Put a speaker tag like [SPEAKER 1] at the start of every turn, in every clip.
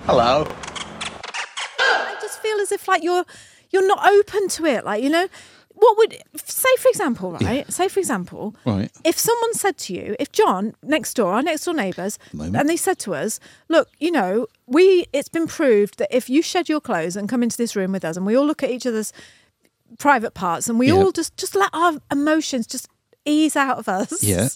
[SPEAKER 1] Hello.
[SPEAKER 2] I just feel as if like you're you're not open to it. Like you know, what would say for example, right? Say for example,
[SPEAKER 1] Right.
[SPEAKER 2] If someone said to you, if John next door, our next door neighbours,
[SPEAKER 1] Moment.
[SPEAKER 2] and they said to us, look, you know, we it's been proved that if you shed your clothes and come into this room with us, and we all look at each other's private parts, and we
[SPEAKER 1] Yeah.
[SPEAKER 2] all just just let our emotions just ease out of us,
[SPEAKER 1] Yeah.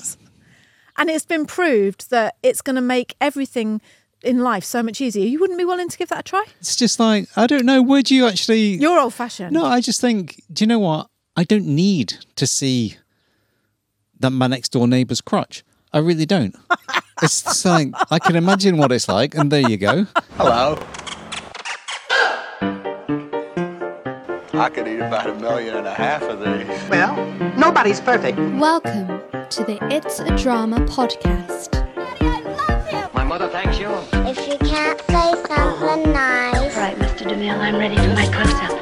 [SPEAKER 2] and it's been proved that it's going to make everything in life so much easier. You wouldn't be willing to give that a try?
[SPEAKER 1] It's just like I don't know. Would you actually?
[SPEAKER 2] You're old fashioned.
[SPEAKER 1] No, I just think. Do you know what? I don't need to see that my next door neighbour's crotch. I really don't. it's just like I can imagine what it's like, and there you go. Hello.
[SPEAKER 3] I could eat about a million and a half of these.
[SPEAKER 4] Well, nobody's perfect.
[SPEAKER 5] Welcome to the It's a Drama podcast.
[SPEAKER 6] My mother thanks you.
[SPEAKER 7] If you can't say something nice.
[SPEAKER 8] All right, Mr. DeMille, I'm ready for my close-up.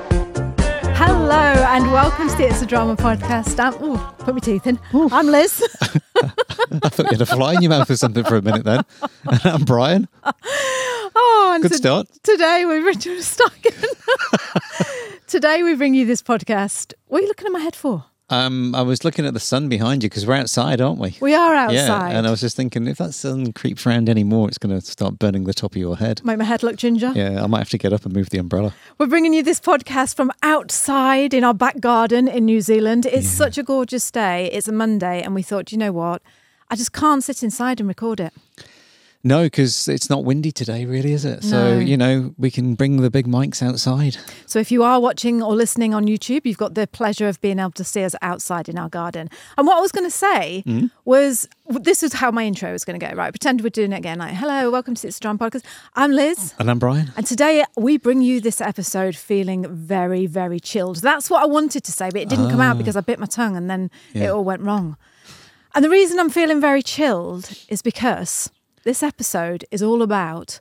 [SPEAKER 2] Hello and welcome to the It's a Drama podcast. I'm, ooh, put my teeth in. I'm Liz.
[SPEAKER 1] I thought you had a fly in your mouth or something for a minute then. And I'm Brian.
[SPEAKER 2] Oh, and
[SPEAKER 1] Good start.
[SPEAKER 2] Today we Richard Stocking. today we bring you this podcast. What are you looking at my head for?
[SPEAKER 1] Um, I was looking at the sun behind you because we're outside, aren't we?
[SPEAKER 2] We are outside.
[SPEAKER 1] Yeah, and I was just thinking if that sun creeps around anymore, it's going to start burning the top of your head.
[SPEAKER 2] Make my head look ginger.
[SPEAKER 1] Yeah, I might have to get up and move the umbrella.
[SPEAKER 2] We're bringing you this podcast from outside in our back garden in New Zealand. It's such a gorgeous day. It's a Monday, and we thought, you know what? I just can't sit inside and record it.
[SPEAKER 1] No, because it's not windy today, really, is it? So,
[SPEAKER 2] No.
[SPEAKER 1] you know, we can bring the big mics outside.
[SPEAKER 2] So if you are watching or listening on YouTube, you've got the pleasure of being able to see us outside in our garden. And what I was going to say was this is how my intro is going to go, right? Pretend we're doing it again. Like, hello, welcome to It's John Podcast. I'm Liz.
[SPEAKER 1] And I'm Brian.
[SPEAKER 2] And today we bring you this episode feeling very, very chilled. That's what I wanted to say, but it didn't come out because I bit my tongue and then it all went wrong. And the reason I'm feeling very chilled is because this episode is all about,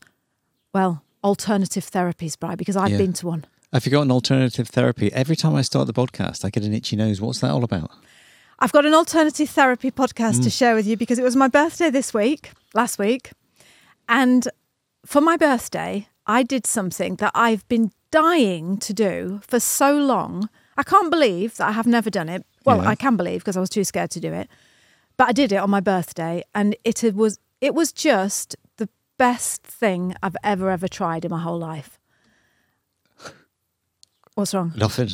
[SPEAKER 2] well, alternative therapies, Bri, because I've
[SPEAKER 1] Yeah.
[SPEAKER 2] been to one.
[SPEAKER 1] Have you got an alternative therapy? Every time I start the podcast, I get an itchy nose. What's that all about?
[SPEAKER 2] I've got an alternative therapy podcast to share with you because it was my birthday this week, last week. And for my birthday, I did something that I've been dying to do for so long. I can't believe that I have never done it. Well,
[SPEAKER 1] Yeah.
[SPEAKER 2] I can believe because I was too scared to do it. But I did it on my birthday and it was it was just the best thing I've ever ever tried in my whole life. What's wrong?
[SPEAKER 1] Nothing.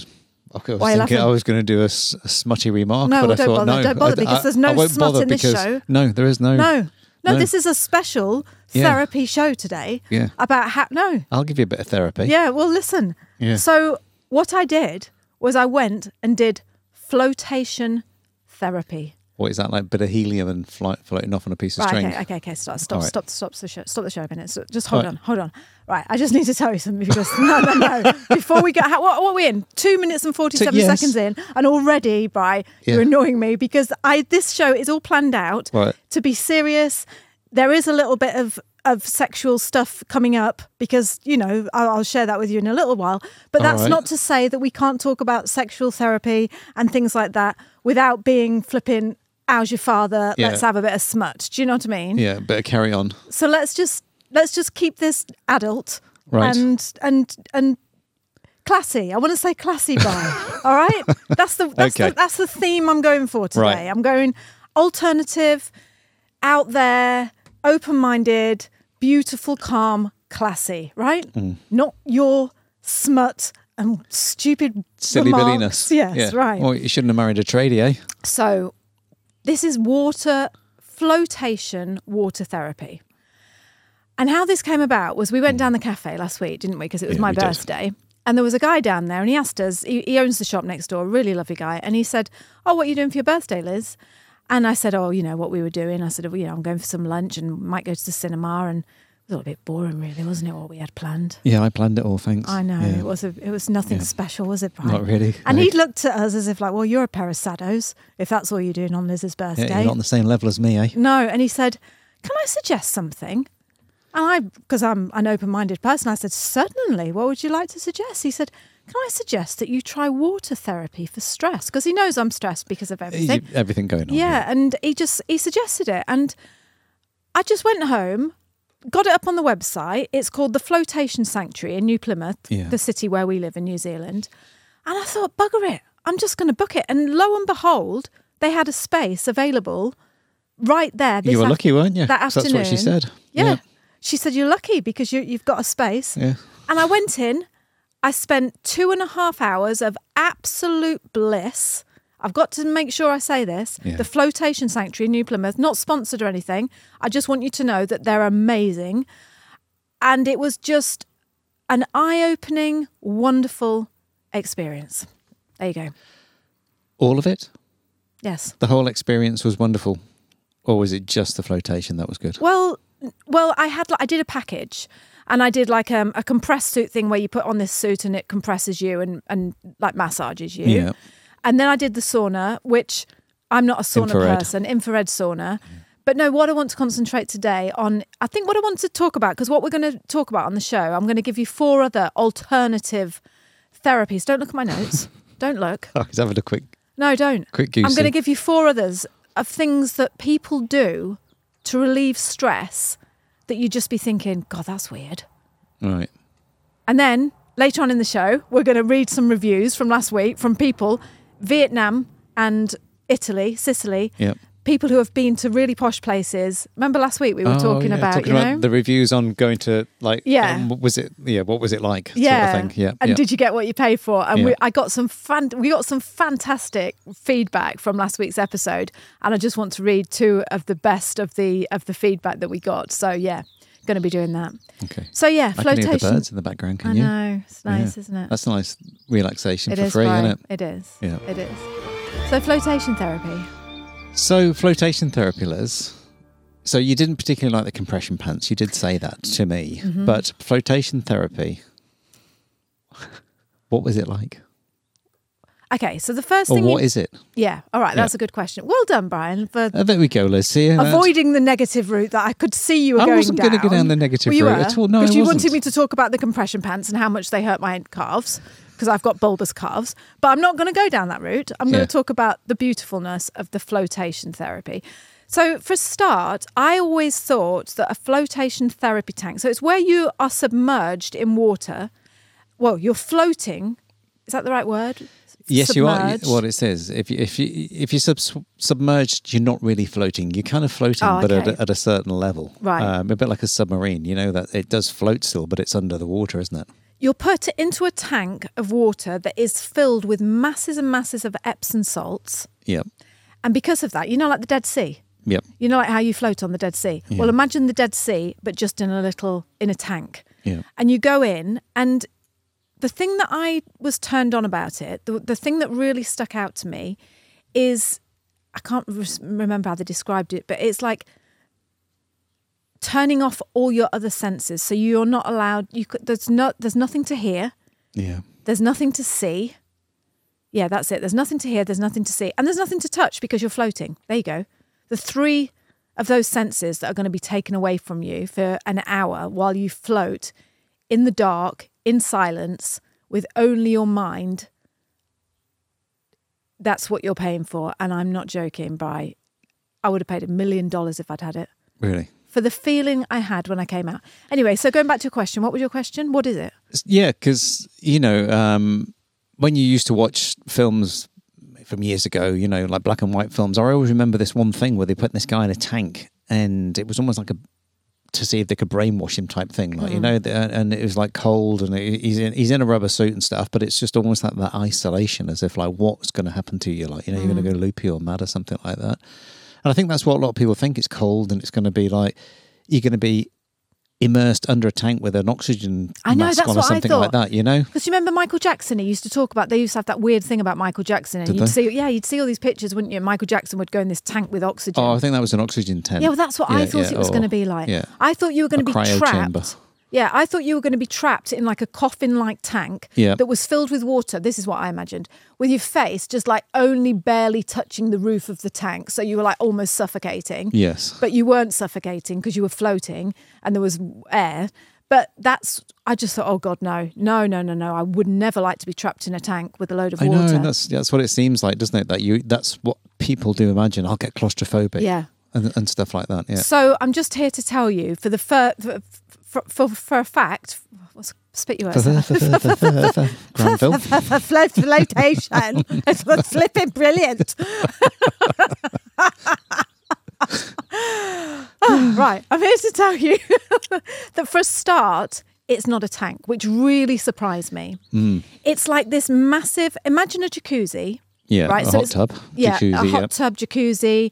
[SPEAKER 1] I was
[SPEAKER 2] Why are you
[SPEAKER 1] thinking I
[SPEAKER 2] laughing?
[SPEAKER 1] was going to do a, s- a smutty remark,
[SPEAKER 2] No,
[SPEAKER 1] but
[SPEAKER 2] well,
[SPEAKER 1] I
[SPEAKER 2] don't
[SPEAKER 1] thought
[SPEAKER 2] bother,
[SPEAKER 1] no.
[SPEAKER 2] don't bother because there's no
[SPEAKER 1] won't
[SPEAKER 2] smut
[SPEAKER 1] bother
[SPEAKER 2] in this
[SPEAKER 1] because-
[SPEAKER 2] show.
[SPEAKER 1] No, there is no.
[SPEAKER 2] No. No,
[SPEAKER 1] No.
[SPEAKER 2] this is a special
[SPEAKER 1] Yeah.
[SPEAKER 2] therapy show today
[SPEAKER 1] Yeah.
[SPEAKER 2] about how. No.
[SPEAKER 1] I'll give you a bit of therapy.
[SPEAKER 2] Yeah, well, listen.
[SPEAKER 1] Yeah.
[SPEAKER 2] So, what I did was I went and did flotation therapy.
[SPEAKER 1] What is that like? Bit of helium and fly, floating off on a piece of string.
[SPEAKER 2] okay, okay, okay. Stop, stop,
[SPEAKER 1] All right.
[SPEAKER 2] stop, stop the show. Stop the show a minute. So just hold
[SPEAKER 1] Right.
[SPEAKER 2] on, hold on. Right, I just need to tell you something because no, no, no. Before we get, how, what, what are we in? Two minutes and forty-seven
[SPEAKER 1] T- yes.
[SPEAKER 2] seconds in, and already, Bri,
[SPEAKER 1] Yeah.
[SPEAKER 2] you're annoying me because I this show is all planned out
[SPEAKER 1] Right.
[SPEAKER 2] to be serious. There is a little bit of of sexual stuff coming up because you know I'll, I'll share that with you in a little while. But
[SPEAKER 1] All
[SPEAKER 2] that's
[SPEAKER 1] right.
[SPEAKER 2] not to say that we can't talk about sexual therapy and things like that without being flipping. How's your father?
[SPEAKER 1] Yeah.
[SPEAKER 2] Let's have a bit of smut. Do you know what I mean?
[SPEAKER 1] Yeah, better carry on.
[SPEAKER 2] So let's just let's just keep this adult
[SPEAKER 1] Right.
[SPEAKER 2] and and and classy. I want to say classy by. all right, that's the that's,
[SPEAKER 1] Okay.
[SPEAKER 2] the that's the theme I'm going for today.
[SPEAKER 1] Right.
[SPEAKER 2] I'm going alternative, out there, open minded, beautiful, calm, classy. Right,
[SPEAKER 1] Mm.
[SPEAKER 2] not your smut and stupid
[SPEAKER 1] Silly
[SPEAKER 2] remarks.
[SPEAKER 1] billiness.
[SPEAKER 2] Yes, right.
[SPEAKER 1] Well, you shouldn't have married a tradie, eh?
[SPEAKER 2] So, this is water flotation water therapy. And how this came about was we went down the cafe last week, didn't we? Because it was
[SPEAKER 1] Hmm. Yeah,
[SPEAKER 2] my
[SPEAKER 1] we did.
[SPEAKER 2] birthday. And there was a guy down there and he asked us, he, he owns the shop next door, a really lovely guy. And he said, Oh, what are you doing for your birthday, Liz? And I said, Oh, you know what we were doing. I said, well, You know, I'm going for some lunch and might go to the cinema. And it was all a bit boring, really, wasn't it? What we had planned.
[SPEAKER 1] Yeah, I planned it all. Thanks.
[SPEAKER 2] I know
[SPEAKER 1] Yeah.
[SPEAKER 2] it was a, it was nothing special, was it, Brian?
[SPEAKER 1] Not really,
[SPEAKER 2] And
[SPEAKER 1] no.
[SPEAKER 2] he looked at us as if like, well, you're a pair of saddos if that's all you're doing on Liz's birthday.
[SPEAKER 1] Yeah, you're not on the same level as me, eh?
[SPEAKER 2] no, and he said, "Can I suggest something?" And I, because I'm an open-minded person, I said, "Certainly. What would you like to suggest?" He said, "Can I suggest that you try water therapy for stress?" Because he knows I'm stressed because of everything.
[SPEAKER 1] You- Everything going on.
[SPEAKER 2] Yeah, and he just he suggested it, and I just went home got it up on the website. It's called the Flotation Sanctuary in New Plymouth,
[SPEAKER 1] Yeah.
[SPEAKER 2] the city where we live in New Zealand. And I thought, bugger it, I'm just going to book it. And lo and behold, they had a space available right there. this
[SPEAKER 1] You were
[SPEAKER 2] af-
[SPEAKER 1] lucky, weren't you?
[SPEAKER 2] That
[SPEAKER 1] 'Cause
[SPEAKER 2] afternoon.
[SPEAKER 1] that's what she said.
[SPEAKER 2] Yeah.
[SPEAKER 1] Yeah.
[SPEAKER 2] She said, You're lucky because you, you've got a space.
[SPEAKER 1] Yeah.
[SPEAKER 2] And I went in. I spent two and a half hours of absolute bliss. I've got to make sure I say this.
[SPEAKER 1] Yeah.
[SPEAKER 2] The Flotation Sanctuary, in New Plymouth, not sponsored or anything. I just want you to know that they're amazing. And it was just an eye opening, wonderful experience. There you go.
[SPEAKER 1] All of it?
[SPEAKER 2] Yes.
[SPEAKER 1] The whole experience was wonderful. Or was it just the flotation that was good?
[SPEAKER 2] Well, well, I had like, I did a package, and I did like um, a compressed suit thing where you put on this suit and it compresses you and and like massages you.
[SPEAKER 1] Yeah.
[SPEAKER 2] And then I did the sauna, which I'm not a sauna
[SPEAKER 1] Infrared.
[SPEAKER 2] person, infrared sauna. But no, what I want to concentrate today on, I think what I want to talk about, because what we're going to talk about on the show, I'm going to give you four other alternative therapies. Don't look at my notes. Don't look.
[SPEAKER 1] Let's have a quick.
[SPEAKER 2] No, don't.
[SPEAKER 1] Quick
[SPEAKER 2] I'm going to
[SPEAKER 1] goosey.
[SPEAKER 2] give you four others of things that people do to relieve stress that you'd just be thinking, God, that's weird.
[SPEAKER 1] Right.
[SPEAKER 2] And then later on in the show, we're going to read some reviews from last week from people, Vietnam and Italy, Sicily,
[SPEAKER 1] Yep.
[SPEAKER 2] people who have been to really posh places. Remember last week we were
[SPEAKER 1] Oh,
[SPEAKER 2] talking
[SPEAKER 1] yeah,
[SPEAKER 2] about,
[SPEAKER 1] talking
[SPEAKER 2] you
[SPEAKER 1] about
[SPEAKER 2] know?
[SPEAKER 1] the reviews on going to like
[SPEAKER 2] Yeah.
[SPEAKER 1] um, was it yeah what was it like
[SPEAKER 2] yeah,
[SPEAKER 1] sort of thing yeah
[SPEAKER 2] and
[SPEAKER 1] yeah.
[SPEAKER 2] did you get what you paid for? And we,
[SPEAKER 1] Yeah.
[SPEAKER 2] I got some fan, we got some fantastic feedback from last week's episode, and I just want to read two of the best of the of the feedback that we got. So yeah, going to be doing that.
[SPEAKER 1] okay
[SPEAKER 2] So yeah,
[SPEAKER 1] I can
[SPEAKER 2] flotation.
[SPEAKER 1] hear the birds in the background can
[SPEAKER 2] I
[SPEAKER 1] you
[SPEAKER 2] know it's nice,
[SPEAKER 1] Yeah.
[SPEAKER 2] isn't it?
[SPEAKER 1] that's a nice relaxation
[SPEAKER 2] It
[SPEAKER 1] for
[SPEAKER 2] is
[SPEAKER 1] free
[SPEAKER 2] right.
[SPEAKER 1] isn't
[SPEAKER 2] It
[SPEAKER 1] it
[SPEAKER 2] is.
[SPEAKER 1] Yeah.
[SPEAKER 2] It is. So flotation therapy.
[SPEAKER 1] So flotation therapy, Liz. So you didn't particularly like the compression pants. You did say that to me,
[SPEAKER 2] Mm-hmm.
[SPEAKER 1] but flotation therapy. What was it like,
[SPEAKER 2] Okay, so the first
[SPEAKER 1] or
[SPEAKER 2] thing.
[SPEAKER 1] what
[SPEAKER 2] you,
[SPEAKER 1] is it?
[SPEAKER 2] yeah. All right, that's a good question. Well done, Brian, for
[SPEAKER 1] Uh, there we go, Liz. See, uh, that's-
[SPEAKER 2] avoiding the negative route that I could see you were
[SPEAKER 1] I
[SPEAKER 2] going
[SPEAKER 1] wasn't
[SPEAKER 2] down.
[SPEAKER 1] gonna go down the negative
[SPEAKER 2] well, you
[SPEAKER 1] route
[SPEAKER 2] were,
[SPEAKER 1] at all. No, I
[SPEAKER 2] because you
[SPEAKER 1] wasn't.
[SPEAKER 2] wanted me to talk about the compression pants and how much they hurt my calves because I've got bulbous calves. But I'm not going to go down that route. I'm going
[SPEAKER 1] Yeah.
[SPEAKER 2] to talk about the beautifulness of the flotation therapy. So for a start, I always thought that a flotation therapy tank. So it's where you are submerged in water. Well, you're floating. Is that the right word?
[SPEAKER 1] Yes,
[SPEAKER 2] Submerged.
[SPEAKER 1] you are. What it says, if you, if you if you sub, submerged, you're not really floating. You're kind of floating,
[SPEAKER 2] Oh,
[SPEAKER 1] but at
[SPEAKER 2] okay.
[SPEAKER 1] a, at a certain level,
[SPEAKER 2] Right.
[SPEAKER 1] Um, a bit like a submarine. You know that it does float still, but it's under the water, isn't it?
[SPEAKER 2] You're put into a tank of water that is filled with masses and masses of Epsom salts.
[SPEAKER 1] Yep,
[SPEAKER 2] And because of that, you know, like the Dead Sea,
[SPEAKER 1] yep.
[SPEAKER 2] you know, like how you float on the Dead Sea. Well, imagine the Dead Sea, but just in a little, in a tank.
[SPEAKER 1] Yeah.
[SPEAKER 2] And you go in, and the thing that I was turned on about it, the, the thing that really stuck out to me is I can't re- remember how they described it, but it's like turning off all your other senses. So you're not allowed, you could, there's, no, there's nothing to hear.
[SPEAKER 1] Yeah.
[SPEAKER 2] There's nothing to see. Yeah, that's it. There's nothing to hear. There's nothing to see. And there's nothing to touch because you're floating. There you go. The three of those senses that are going to be taken away from you for an hour while you float in the dark, in silence, with only your mind. That's what you're paying for. And I'm not joking by, I would have paid a million dollars if I'd had it
[SPEAKER 1] Really.
[SPEAKER 2] for the feeling I had when I came out. Anyway, so going back to your question, what was your question? What is it?
[SPEAKER 1] Yeah, because you know um, when you used to watch films from years ago, you know, like black and white films. I always remember this one thing where they put this guy in a tank, and it was almost like a to see if they could brainwash him type thing,
[SPEAKER 2] Mm.
[SPEAKER 1] like you know, the, and it was like cold, and he- he's in, he's in a rubber suit and stuff. But it's just almost like that isolation, as if like what's going to happen to you, like you know, you're
[SPEAKER 2] Mm.
[SPEAKER 1] going to go loopy or mad or something like that. And I think that's what a lot of people think. It's cold, and it's going to be like you're going to be immersed under a tank with an oxygen
[SPEAKER 2] I know,
[SPEAKER 1] mask
[SPEAKER 2] that's
[SPEAKER 1] on or
[SPEAKER 2] what I
[SPEAKER 1] something like
[SPEAKER 2] thought.
[SPEAKER 1] that. You know,
[SPEAKER 2] Because you remember Michael Jackson? He used to talk about they used to have that weird thing about Michael Jackson, and
[SPEAKER 1] Did
[SPEAKER 2] you'd
[SPEAKER 1] they?
[SPEAKER 2] see yeah, you'd see all these pictures, wouldn't you? Michael Jackson would go in this tank with oxygen.
[SPEAKER 1] oh, I think that was an oxygen tent.
[SPEAKER 2] yeah, well, that's what I
[SPEAKER 1] Yeah,
[SPEAKER 2] thought
[SPEAKER 1] yeah,
[SPEAKER 2] it was
[SPEAKER 1] or-
[SPEAKER 2] going to be like.
[SPEAKER 1] Yeah,
[SPEAKER 2] I thought you were going
[SPEAKER 1] A
[SPEAKER 2] to be
[SPEAKER 1] cryo
[SPEAKER 2] trapped.
[SPEAKER 1] chamber.
[SPEAKER 2] Yeah, I thought you were going to be trapped in like a coffin-like tank
[SPEAKER 1] Yeah.
[SPEAKER 2] that was filled with water. This is what I imagined, with your face just like only barely touching the roof of the tank, so you were like almost suffocating
[SPEAKER 1] yes,
[SPEAKER 2] but you weren't suffocating because you were floating and there was air. But that's, I just thought, oh God, no, no, no, no, no. I would never like to be trapped in a tank with a load of
[SPEAKER 1] I know.
[SPEAKER 2] water.
[SPEAKER 1] and That's that's what it seems like, doesn't it? That you that's what people do imagine. I'll get claustrophobic.
[SPEAKER 2] yeah.
[SPEAKER 1] and, and stuff like that. Yeah.
[SPEAKER 2] So I'm just here to tell you for the fir- for, for, for, for a fact, what's spit you out?
[SPEAKER 1] Granville.
[SPEAKER 2] for float flotation. it's flipping brilliant. Oh, right, I'm here to tell you that for a start, it's not a tank, which really surprised me.
[SPEAKER 1] Hmm.
[SPEAKER 2] It's like this massive. Imagine a jacuzzi.
[SPEAKER 1] Yeah,
[SPEAKER 2] right.
[SPEAKER 1] a
[SPEAKER 2] so
[SPEAKER 1] hot
[SPEAKER 2] it's-
[SPEAKER 1] tub,
[SPEAKER 2] Yeah, a
[SPEAKER 1] jacuzzi,
[SPEAKER 2] hot
[SPEAKER 1] yeah.
[SPEAKER 2] tub jacuzzi.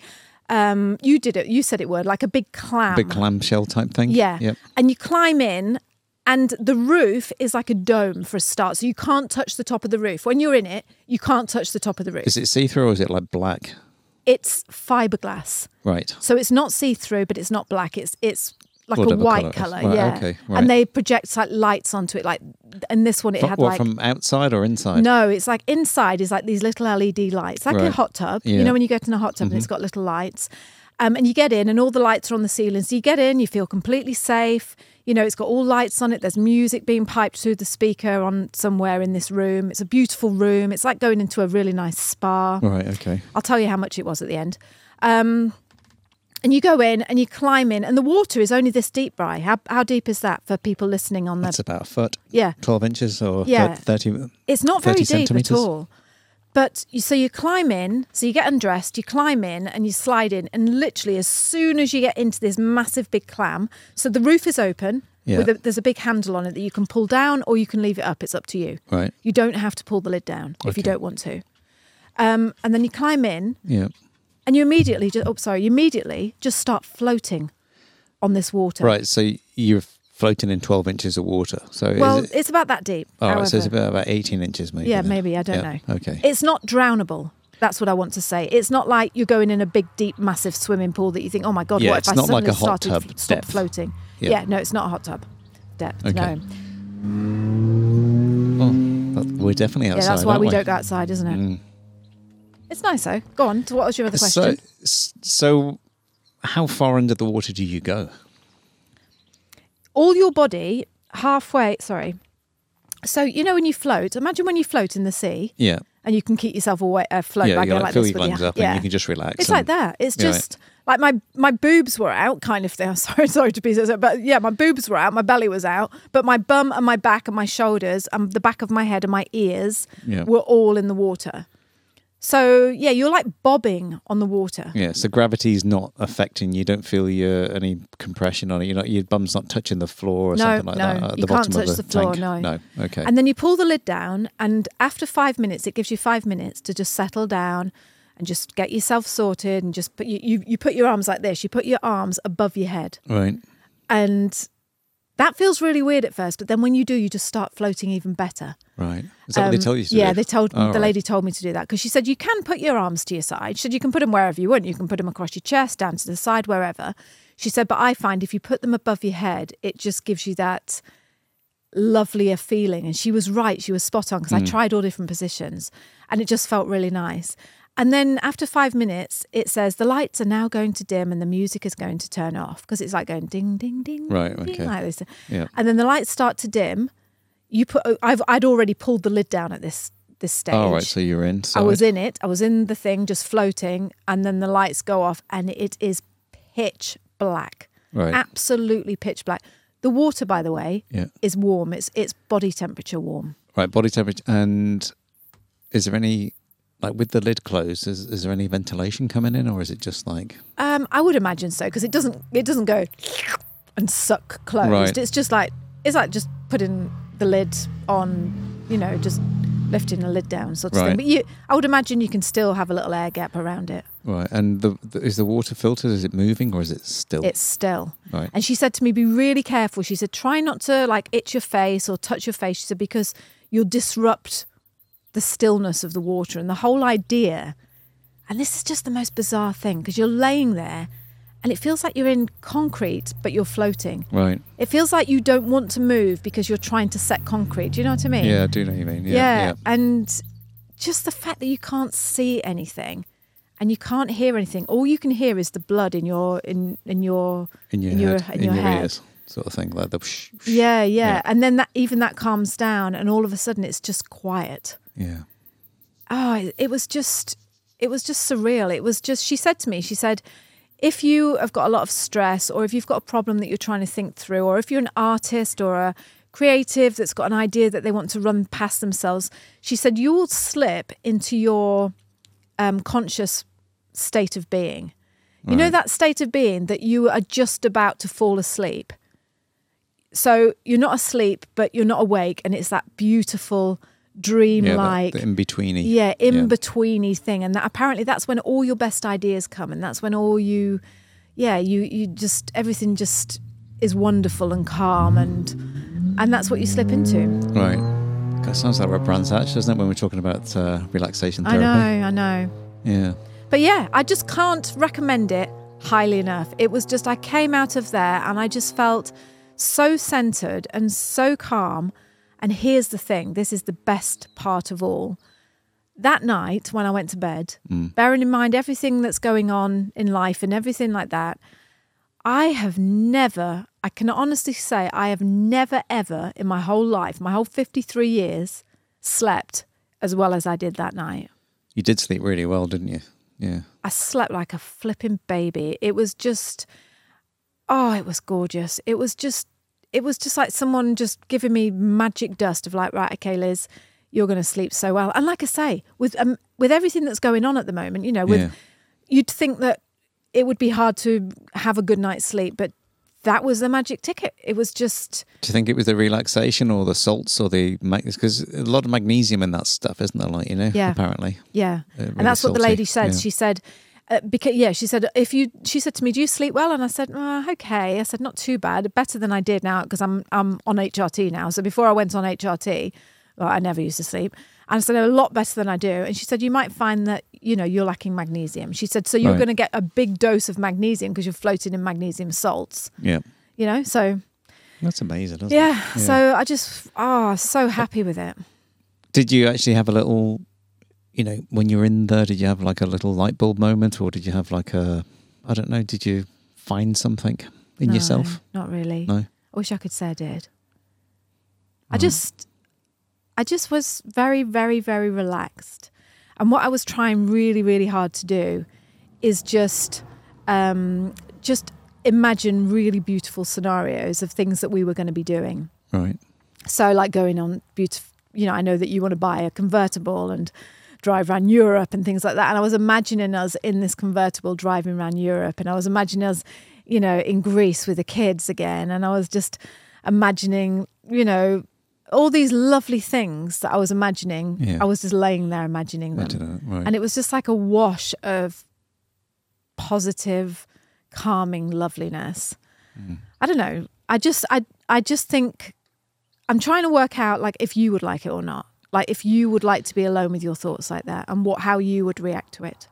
[SPEAKER 2] Um, you did it. You said it word like a big clam.
[SPEAKER 1] Big clamshell type thing.
[SPEAKER 2] Yeah.
[SPEAKER 1] Yep.
[SPEAKER 2] And you climb in, and the roof is like a dome for a start. So you can't touch the top of the roof. When you're in it, you can't touch the top of the roof.
[SPEAKER 1] Is it see through or is it like black?
[SPEAKER 2] It's fiberglass.
[SPEAKER 1] Right.
[SPEAKER 2] So it's not see through, but it's not black. It's it's like a
[SPEAKER 1] Whatever
[SPEAKER 2] white colour.
[SPEAKER 1] colour it is. Right,
[SPEAKER 2] yeah.
[SPEAKER 1] okay, right.
[SPEAKER 2] And they project like lights onto it. Like, and this one, it
[SPEAKER 1] Fro-
[SPEAKER 2] had
[SPEAKER 1] what,
[SPEAKER 2] like.
[SPEAKER 1] from outside or inside?
[SPEAKER 2] No, it's like inside is like these little LED lights, like a
[SPEAKER 1] Right.
[SPEAKER 2] hot tub.
[SPEAKER 1] Yeah. Mm-hmm.
[SPEAKER 2] You know when you get in a hot tub and it's got little lights, um, and you get in and all the lights are on the ceiling. So you get in, you feel completely safe. You know it's got all lights on it. There's music being piped through the speaker on somewhere in this room. It's a beautiful room. It's like going into a really nice spa.
[SPEAKER 1] Right. Okay.
[SPEAKER 2] I'll tell you how much it was at the end. Um, and you go in and you climb in, and the water is only this deep, Bry. How, how deep is that for people listening on the
[SPEAKER 1] That's about a foot.
[SPEAKER 2] Um, Yeah.
[SPEAKER 1] Twelve inches or
[SPEAKER 2] Yeah.
[SPEAKER 1] yeah. thirty.
[SPEAKER 2] it's not very
[SPEAKER 1] 30
[SPEAKER 2] deep at
[SPEAKER 1] centimetres.
[SPEAKER 2] all. But you, so you climb in, so you get undressed, you climb in and you slide in, and literally as soon as you get into this massive big clam, so the roof is open.
[SPEAKER 1] Yeah.
[SPEAKER 2] With a, there's a big handle on it that you can pull down or you can leave it up. It's up to you.
[SPEAKER 1] Right.
[SPEAKER 2] You don't have to pull the lid down if you
[SPEAKER 1] Okay.
[SPEAKER 2] don't want to. Um, and then you climb in,
[SPEAKER 1] Yeah.
[SPEAKER 2] and you immediately just oh sorry, you immediately just start floating on this water.
[SPEAKER 1] Right. So you're floating in twelve inches of water. So
[SPEAKER 2] Well,
[SPEAKER 1] is it,
[SPEAKER 2] it's about that deep.
[SPEAKER 1] all right. So it's
[SPEAKER 2] however.
[SPEAKER 1] about about eighteen inches maybe.
[SPEAKER 2] Yeah,
[SPEAKER 1] then.
[SPEAKER 2] maybe. I don't
[SPEAKER 1] Yeah,
[SPEAKER 2] know.
[SPEAKER 1] Okay.
[SPEAKER 2] It's not drownable. That's what I want to say. It's not like you're going in a big, deep, massive swimming pool that you think, oh my God,
[SPEAKER 1] Yeah,
[SPEAKER 2] what
[SPEAKER 1] it's
[SPEAKER 2] if I
[SPEAKER 1] not like
[SPEAKER 2] suddenly
[SPEAKER 1] a hot
[SPEAKER 2] started
[SPEAKER 1] tub
[SPEAKER 2] f- stop
[SPEAKER 1] depth.
[SPEAKER 2] floating?
[SPEAKER 1] Yeah.
[SPEAKER 2] Yeah. no, it's not a hot tub depth.
[SPEAKER 1] Okay.
[SPEAKER 2] No.
[SPEAKER 1] Well, that- we're definitely
[SPEAKER 2] Yeah,
[SPEAKER 1] outside.
[SPEAKER 2] that's why
[SPEAKER 1] aren't
[SPEAKER 2] we don't go outside, isn't it? It's nice though. Go on. To what was your other
[SPEAKER 1] So,
[SPEAKER 2] question?
[SPEAKER 1] so how far under the water do you go?
[SPEAKER 2] All your body halfway. Sorry. So you know when you float. Imagine when you float in the sea.
[SPEAKER 1] Yeah.
[SPEAKER 2] and you can keep yourself away afloat
[SPEAKER 1] Yeah,
[SPEAKER 2] by
[SPEAKER 1] you
[SPEAKER 2] going
[SPEAKER 1] like
[SPEAKER 2] like
[SPEAKER 1] fill
[SPEAKER 2] this
[SPEAKER 1] your
[SPEAKER 2] with
[SPEAKER 1] lungs
[SPEAKER 2] your,
[SPEAKER 1] up and you can just relax
[SPEAKER 2] It's
[SPEAKER 1] and-
[SPEAKER 2] like that. It's
[SPEAKER 1] You're right.
[SPEAKER 2] just like my my boobs were out, kind of thing. I'm sorry, sorry to be so, but yeah, my boobs were out, my belly was out, but my bum and my back and my shoulders and the back of my head and my ears
[SPEAKER 1] Yeah.
[SPEAKER 2] were all in the water. So yeah, you're like bobbing on the water.
[SPEAKER 1] Yeah, so gravity's not affecting you. Don't feel your any compression on it. You're not your bum's not touching the floor or
[SPEAKER 2] No,
[SPEAKER 1] something like
[SPEAKER 2] no,
[SPEAKER 1] that at the
[SPEAKER 2] you can't
[SPEAKER 1] bottom
[SPEAKER 2] touch
[SPEAKER 1] of the,
[SPEAKER 2] the floor,
[SPEAKER 1] tank.
[SPEAKER 2] no.
[SPEAKER 1] no, okay.
[SPEAKER 2] And then you pull the lid down, and after five minutes, it gives you five minutes to just settle down and just get yourself sorted and just put you, you, you put your arms like this. You put your arms above your head.
[SPEAKER 1] right,
[SPEAKER 2] And that feels really weird at first, but then when you do, you just start floating even better.
[SPEAKER 1] right. Is that what they
[SPEAKER 2] Um,
[SPEAKER 1] tell you? To
[SPEAKER 2] yeah,
[SPEAKER 1] do?
[SPEAKER 2] they told
[SPEAKER 1] All
[SPEAKER 2] the
[SPEAKER 1] right.
[SPEAKER 2] lady told me to do that because she said you can put your arms to your side. She said you can put them wherever you want. You can put them across your chest, down to the side, wherever. She said, but I find if you put them above your head, it just gives you that lovelier feeling. And she was right; she was spot on because
[SPEAKER 1] Mm.
[SPEAKER 2] I tried all different positions, and it just felt really nice. And then after five minutes, it says the lights are now going to dim and the music is going to turn off because it's like going ding, ding, ding,
[SPEAKER 1] Right,
[SPEAKER 2] ding,
[SPEAKER 1] okay.
[SPEAKER 2] like this.
[SPEAKER 1] Yeah.
[SPEAKER 2] And then the lights start to dim, you put oh, I've I'd already pulled the lid down at this this stage.
[SPEAKER 1] All Oh, right, so you're in.
[SPEAKER 2] I was in it. I was in the thing just floating and then the lights go off and it is pitch black.
[SPEAKER 1] Right.
[SPEAKER 2] Absolutely pitch black. The water by the way
[SPEAKER 1] Yeah.
[SPEAKER 2] is warm. It's it's body temperature warm.
[SPEAKER 1] Right, body temperature. And is there any like with the lid closed? Is, is there any ventilation coming in, or is it just like
[SPEAKER 2] Um I would imagine so because it doesn't it doesn't go and suck closed.
[SPEAKER 1] Right.
[SPEAKER 2] It's just like it's like just putting the lid on, you know, just lifting the lid down sort of
[SPEAKER 1] Right.
[SPEAKER 2] thing. But you I would imagine you can still have a little air gap around it.
[SPEAKER 1] right? And the, the is the water filtered? Is it moving, or is it still?
[SPEAKER 2] It's still.
[SPEAKER 1] Right.
[SPEAKER 2] And she said to me, be really careful. She said, try not to like itch your face or touch your face. She said, because you'll disrupt the stillness of the water and the whole idea. And this is just the most bizarre thing because you're laying there and it feels like you're in concrete, but you're floating.
[SPEAKER 1] right.
[SPEAKER 2] It feels like you don't want to move because you're trying to set concrete. Do you know what I mean?
[SPEAKER 1] Yeah, I do know what you mean. Yeah,
[SPEAKER 2] yeah,
[SPEAKER 1] yeah.
[SPEAKER 2] and just the fact that you can't see anything and you can't hear anything all you can hear is the blood in your in in your
[SPEAKER 1] in your
[SPEAKER 2] in your,
[SPEAKER 1] head,
[SPEAKER 2] in your head.
[SPEAKER 1] ears, sort of thing. Like the whoosh, whoosh.
[SPEAKER 2] yeah, yeah
[SPEAKER 1] Yeah.
[SPEAKER 2] and then that even that calms down and all of a sudden it's just quiet
[SPEAKER 1] yeah.
[SPEAKER 2] oh it- it was just it was just surreal it was just she said to me she said if you have got a lot of stress or if you've got a problem that you're trying to think through, or if you're an artist or a creative that's got an idea that they want to run past themselves, she said you will slip into your um, conscious state of being. You know, that state of being that you are just about to fall asleep. So you're not asleep, but you're not awake. And it's that beautiful, dream
[SPEAKER 1] Yeah,
[SPEAKER 2] like.
[SPEAKER 1] the, in betweeny.
[SPEAKER 2] Yeah, in betweeny thing, and that apparently that's when all your best ideas come, and that's when all you, yeah, you you just everything just is wonderful and calm, and and that's what you slip into.
[SPEAKER 1] Right. That sounds like we're at Brands Hatch, doesn't it? When we're talking about uh, relaxation
[SPEAKER 2] I
[SPEAKER 1] therapy.
[SPEAKER 2] know, I know,
[SPEAKER 1] Yeah.
[SPEAKER 2] but yeah, I just can't recommend it highly enough. It was just I came out of there and I just felt so centered and so calm. And here's the thing: this is the best part of all. that night when I went to bed, bearing in mind everything that's going on in life and everything like that, I have never, I can honestly say, I have never ever in my whole life, my whole 53 years, slept as well as I did that night.
[SPEAKER 1] You did sleep really well, didn't you? Yeah.
[SPEAKER 2] I slept like a flipping baby. It was just, oh, it was gorgeous. It was just, it was just like someone just giving me magic dust of like, right, okay, Liz, you're going to sleep so well. And like I say, with um, with everything that's going on at the moment, you know, with
[SPEAKER 1] Yeah.
[SPEAKER 2] you'd think that it would be hard to have a good night's sleep, but that was the magic ticket. It was just,
[SPEAKER 1] Do you think it was the relaxation or the salts or the because a lot of magnesium in that stuff, isn't there? Like you know,
[SPEAKER 2] Yeah.
[SPEAKER 1] apparently.
[SPEAKER 2] Yeah,
[SPEAKER 1] really
[SPEAKER 2] and that's what the
[SPEAKER 1] salty,
[SPEAKER 2] lady said.
[SPEAKER 1] yeah.
[SPEAKER 2] She said, uh, because yeah, she said if you, she said to me, do you sleep well? And I said, "Ah, okay. I said not too bad, better than I did now because I'm I'm on HRT now. So before I went on HRT, well, I never used to sleep, and I said a lot better than I do. And she said you might find that you know you're lacking magnesium. She said so you're
[SPEAKER 1] Right.
[SPEAKER 2] going to get a big dose of magnesium because you're floating in magnesium salts.
[SPEAKER 1] Yeah,
[SPEAKER 2] You know, so
[SPEAKER 1] that's amazing. Isn't
[SPEAKER 2] yeah,
[SPEAKER 1] It?
[SPEAKER 2] so I just ah so happy with it.
[SPEAKER 1] Did you actually have a little, you know, when you were in there? Did you have like a little light bulb moment, or did you have like a, I don't know? Did you find something in
[SPEAKER 2] No,
[SPEAKER 1] yourself?
[SPEAKER 2] Not really.
[SPEAKER 1] No.
[SPEAKER 2] I wish I could say I did. I just, I just was very, very, very relaxed, and what I was trying really, really hard to do is just, um, just imagine really beautiful scenarios of things that we were going to be doing.
[SPEAKER 1] Right.
[SPEAKER 2] So, like going on beautiful, you know, I know that you want to buy a convertible and drive around Europe and things like that. And I was imagining us in this convertible driving around Europe, and I was imagining us, you know, in Greece with the kids again. And I was just imagining, you know, all these lovely things that I was imagining.
[SPEAKER 1] Yeah.
[SPEAKER 2] I was just laying there imagining them.
[SPEAKER 1] Imagining it, right.
[SPEAKER 2] And it was just like a wash of positive, calming loveliness. I don't know. I just I I just think I'm trying to work out like if you would like it or not. Like if you would like to be alone with your thoughts like that and what how you would react to it.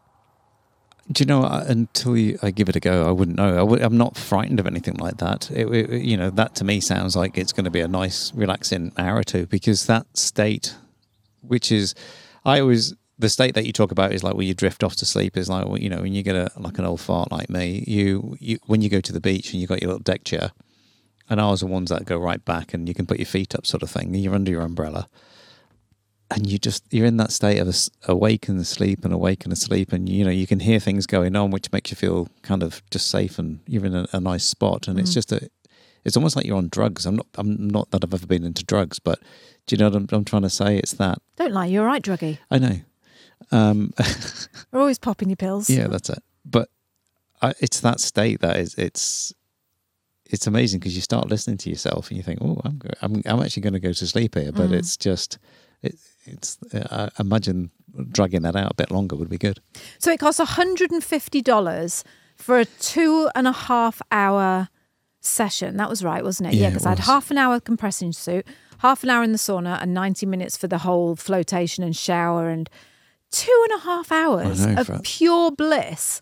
[SPEAKER 1] Do you know I- until you, I give it a go, I wouldn't know. I would, I'm not frightened of anything like that. It, it- you know, that to me sounds like it's going to be a nice, relaxing hour or two because that state, which is, I always the state that you talk about is like when you drift off to sleep is like well, you know when you get a like an old fart like me. You, you when you go to the beach and you got your little deck chair, and ours are ones that go right back and you can put your feet up sort of thing. And you're under your umbrella and you just you're in that state of as- awake and asleep and awake and asleep and you know you can hear things going on which makes you feel kind of just safe and you're in a, a nice spot and it's just a it's almost like you're on drugs i'm not i'm not that i've ever been into drugs but do you know what i'm, I'm trying to say it's that
[SPEAKER 2] Don't lie, you're all right, druggy.
[SPEAKER 1] i know Um,
[SPEAKER 2] We're always popping your pills.
[SPEAKER 1] yeah that's it but I, it's that state that is it's it's amazing because you start listening to yourself and you think oh i'm go- i'm, I'm actually going to go to sleep here
[SPEAKER 2] Mm.
[SPEAKER 1] but it's just it, it's uh, I imagine dragging that out a bit longer would be good
[SPEAKER 2] So it costs $150 for a two and a half hour session. That was right, wasn't it?
[SPEAKER 1] Yeah,
[SPEAKER 2] Yeah,
[SPEAKER 1] it
[SPEAKER 2] because I had
[SPEAKER 1] was.
[SPEAKER 2] half an hour compression suit, half an hour in the sauna, and 90 minutes for the whole flotation and shower and two and a half hours
[SPEAKER 1] know,
[SPEAKER 2] of
[SPEAKER 1] for-
[SPEAKER 2] pure bliss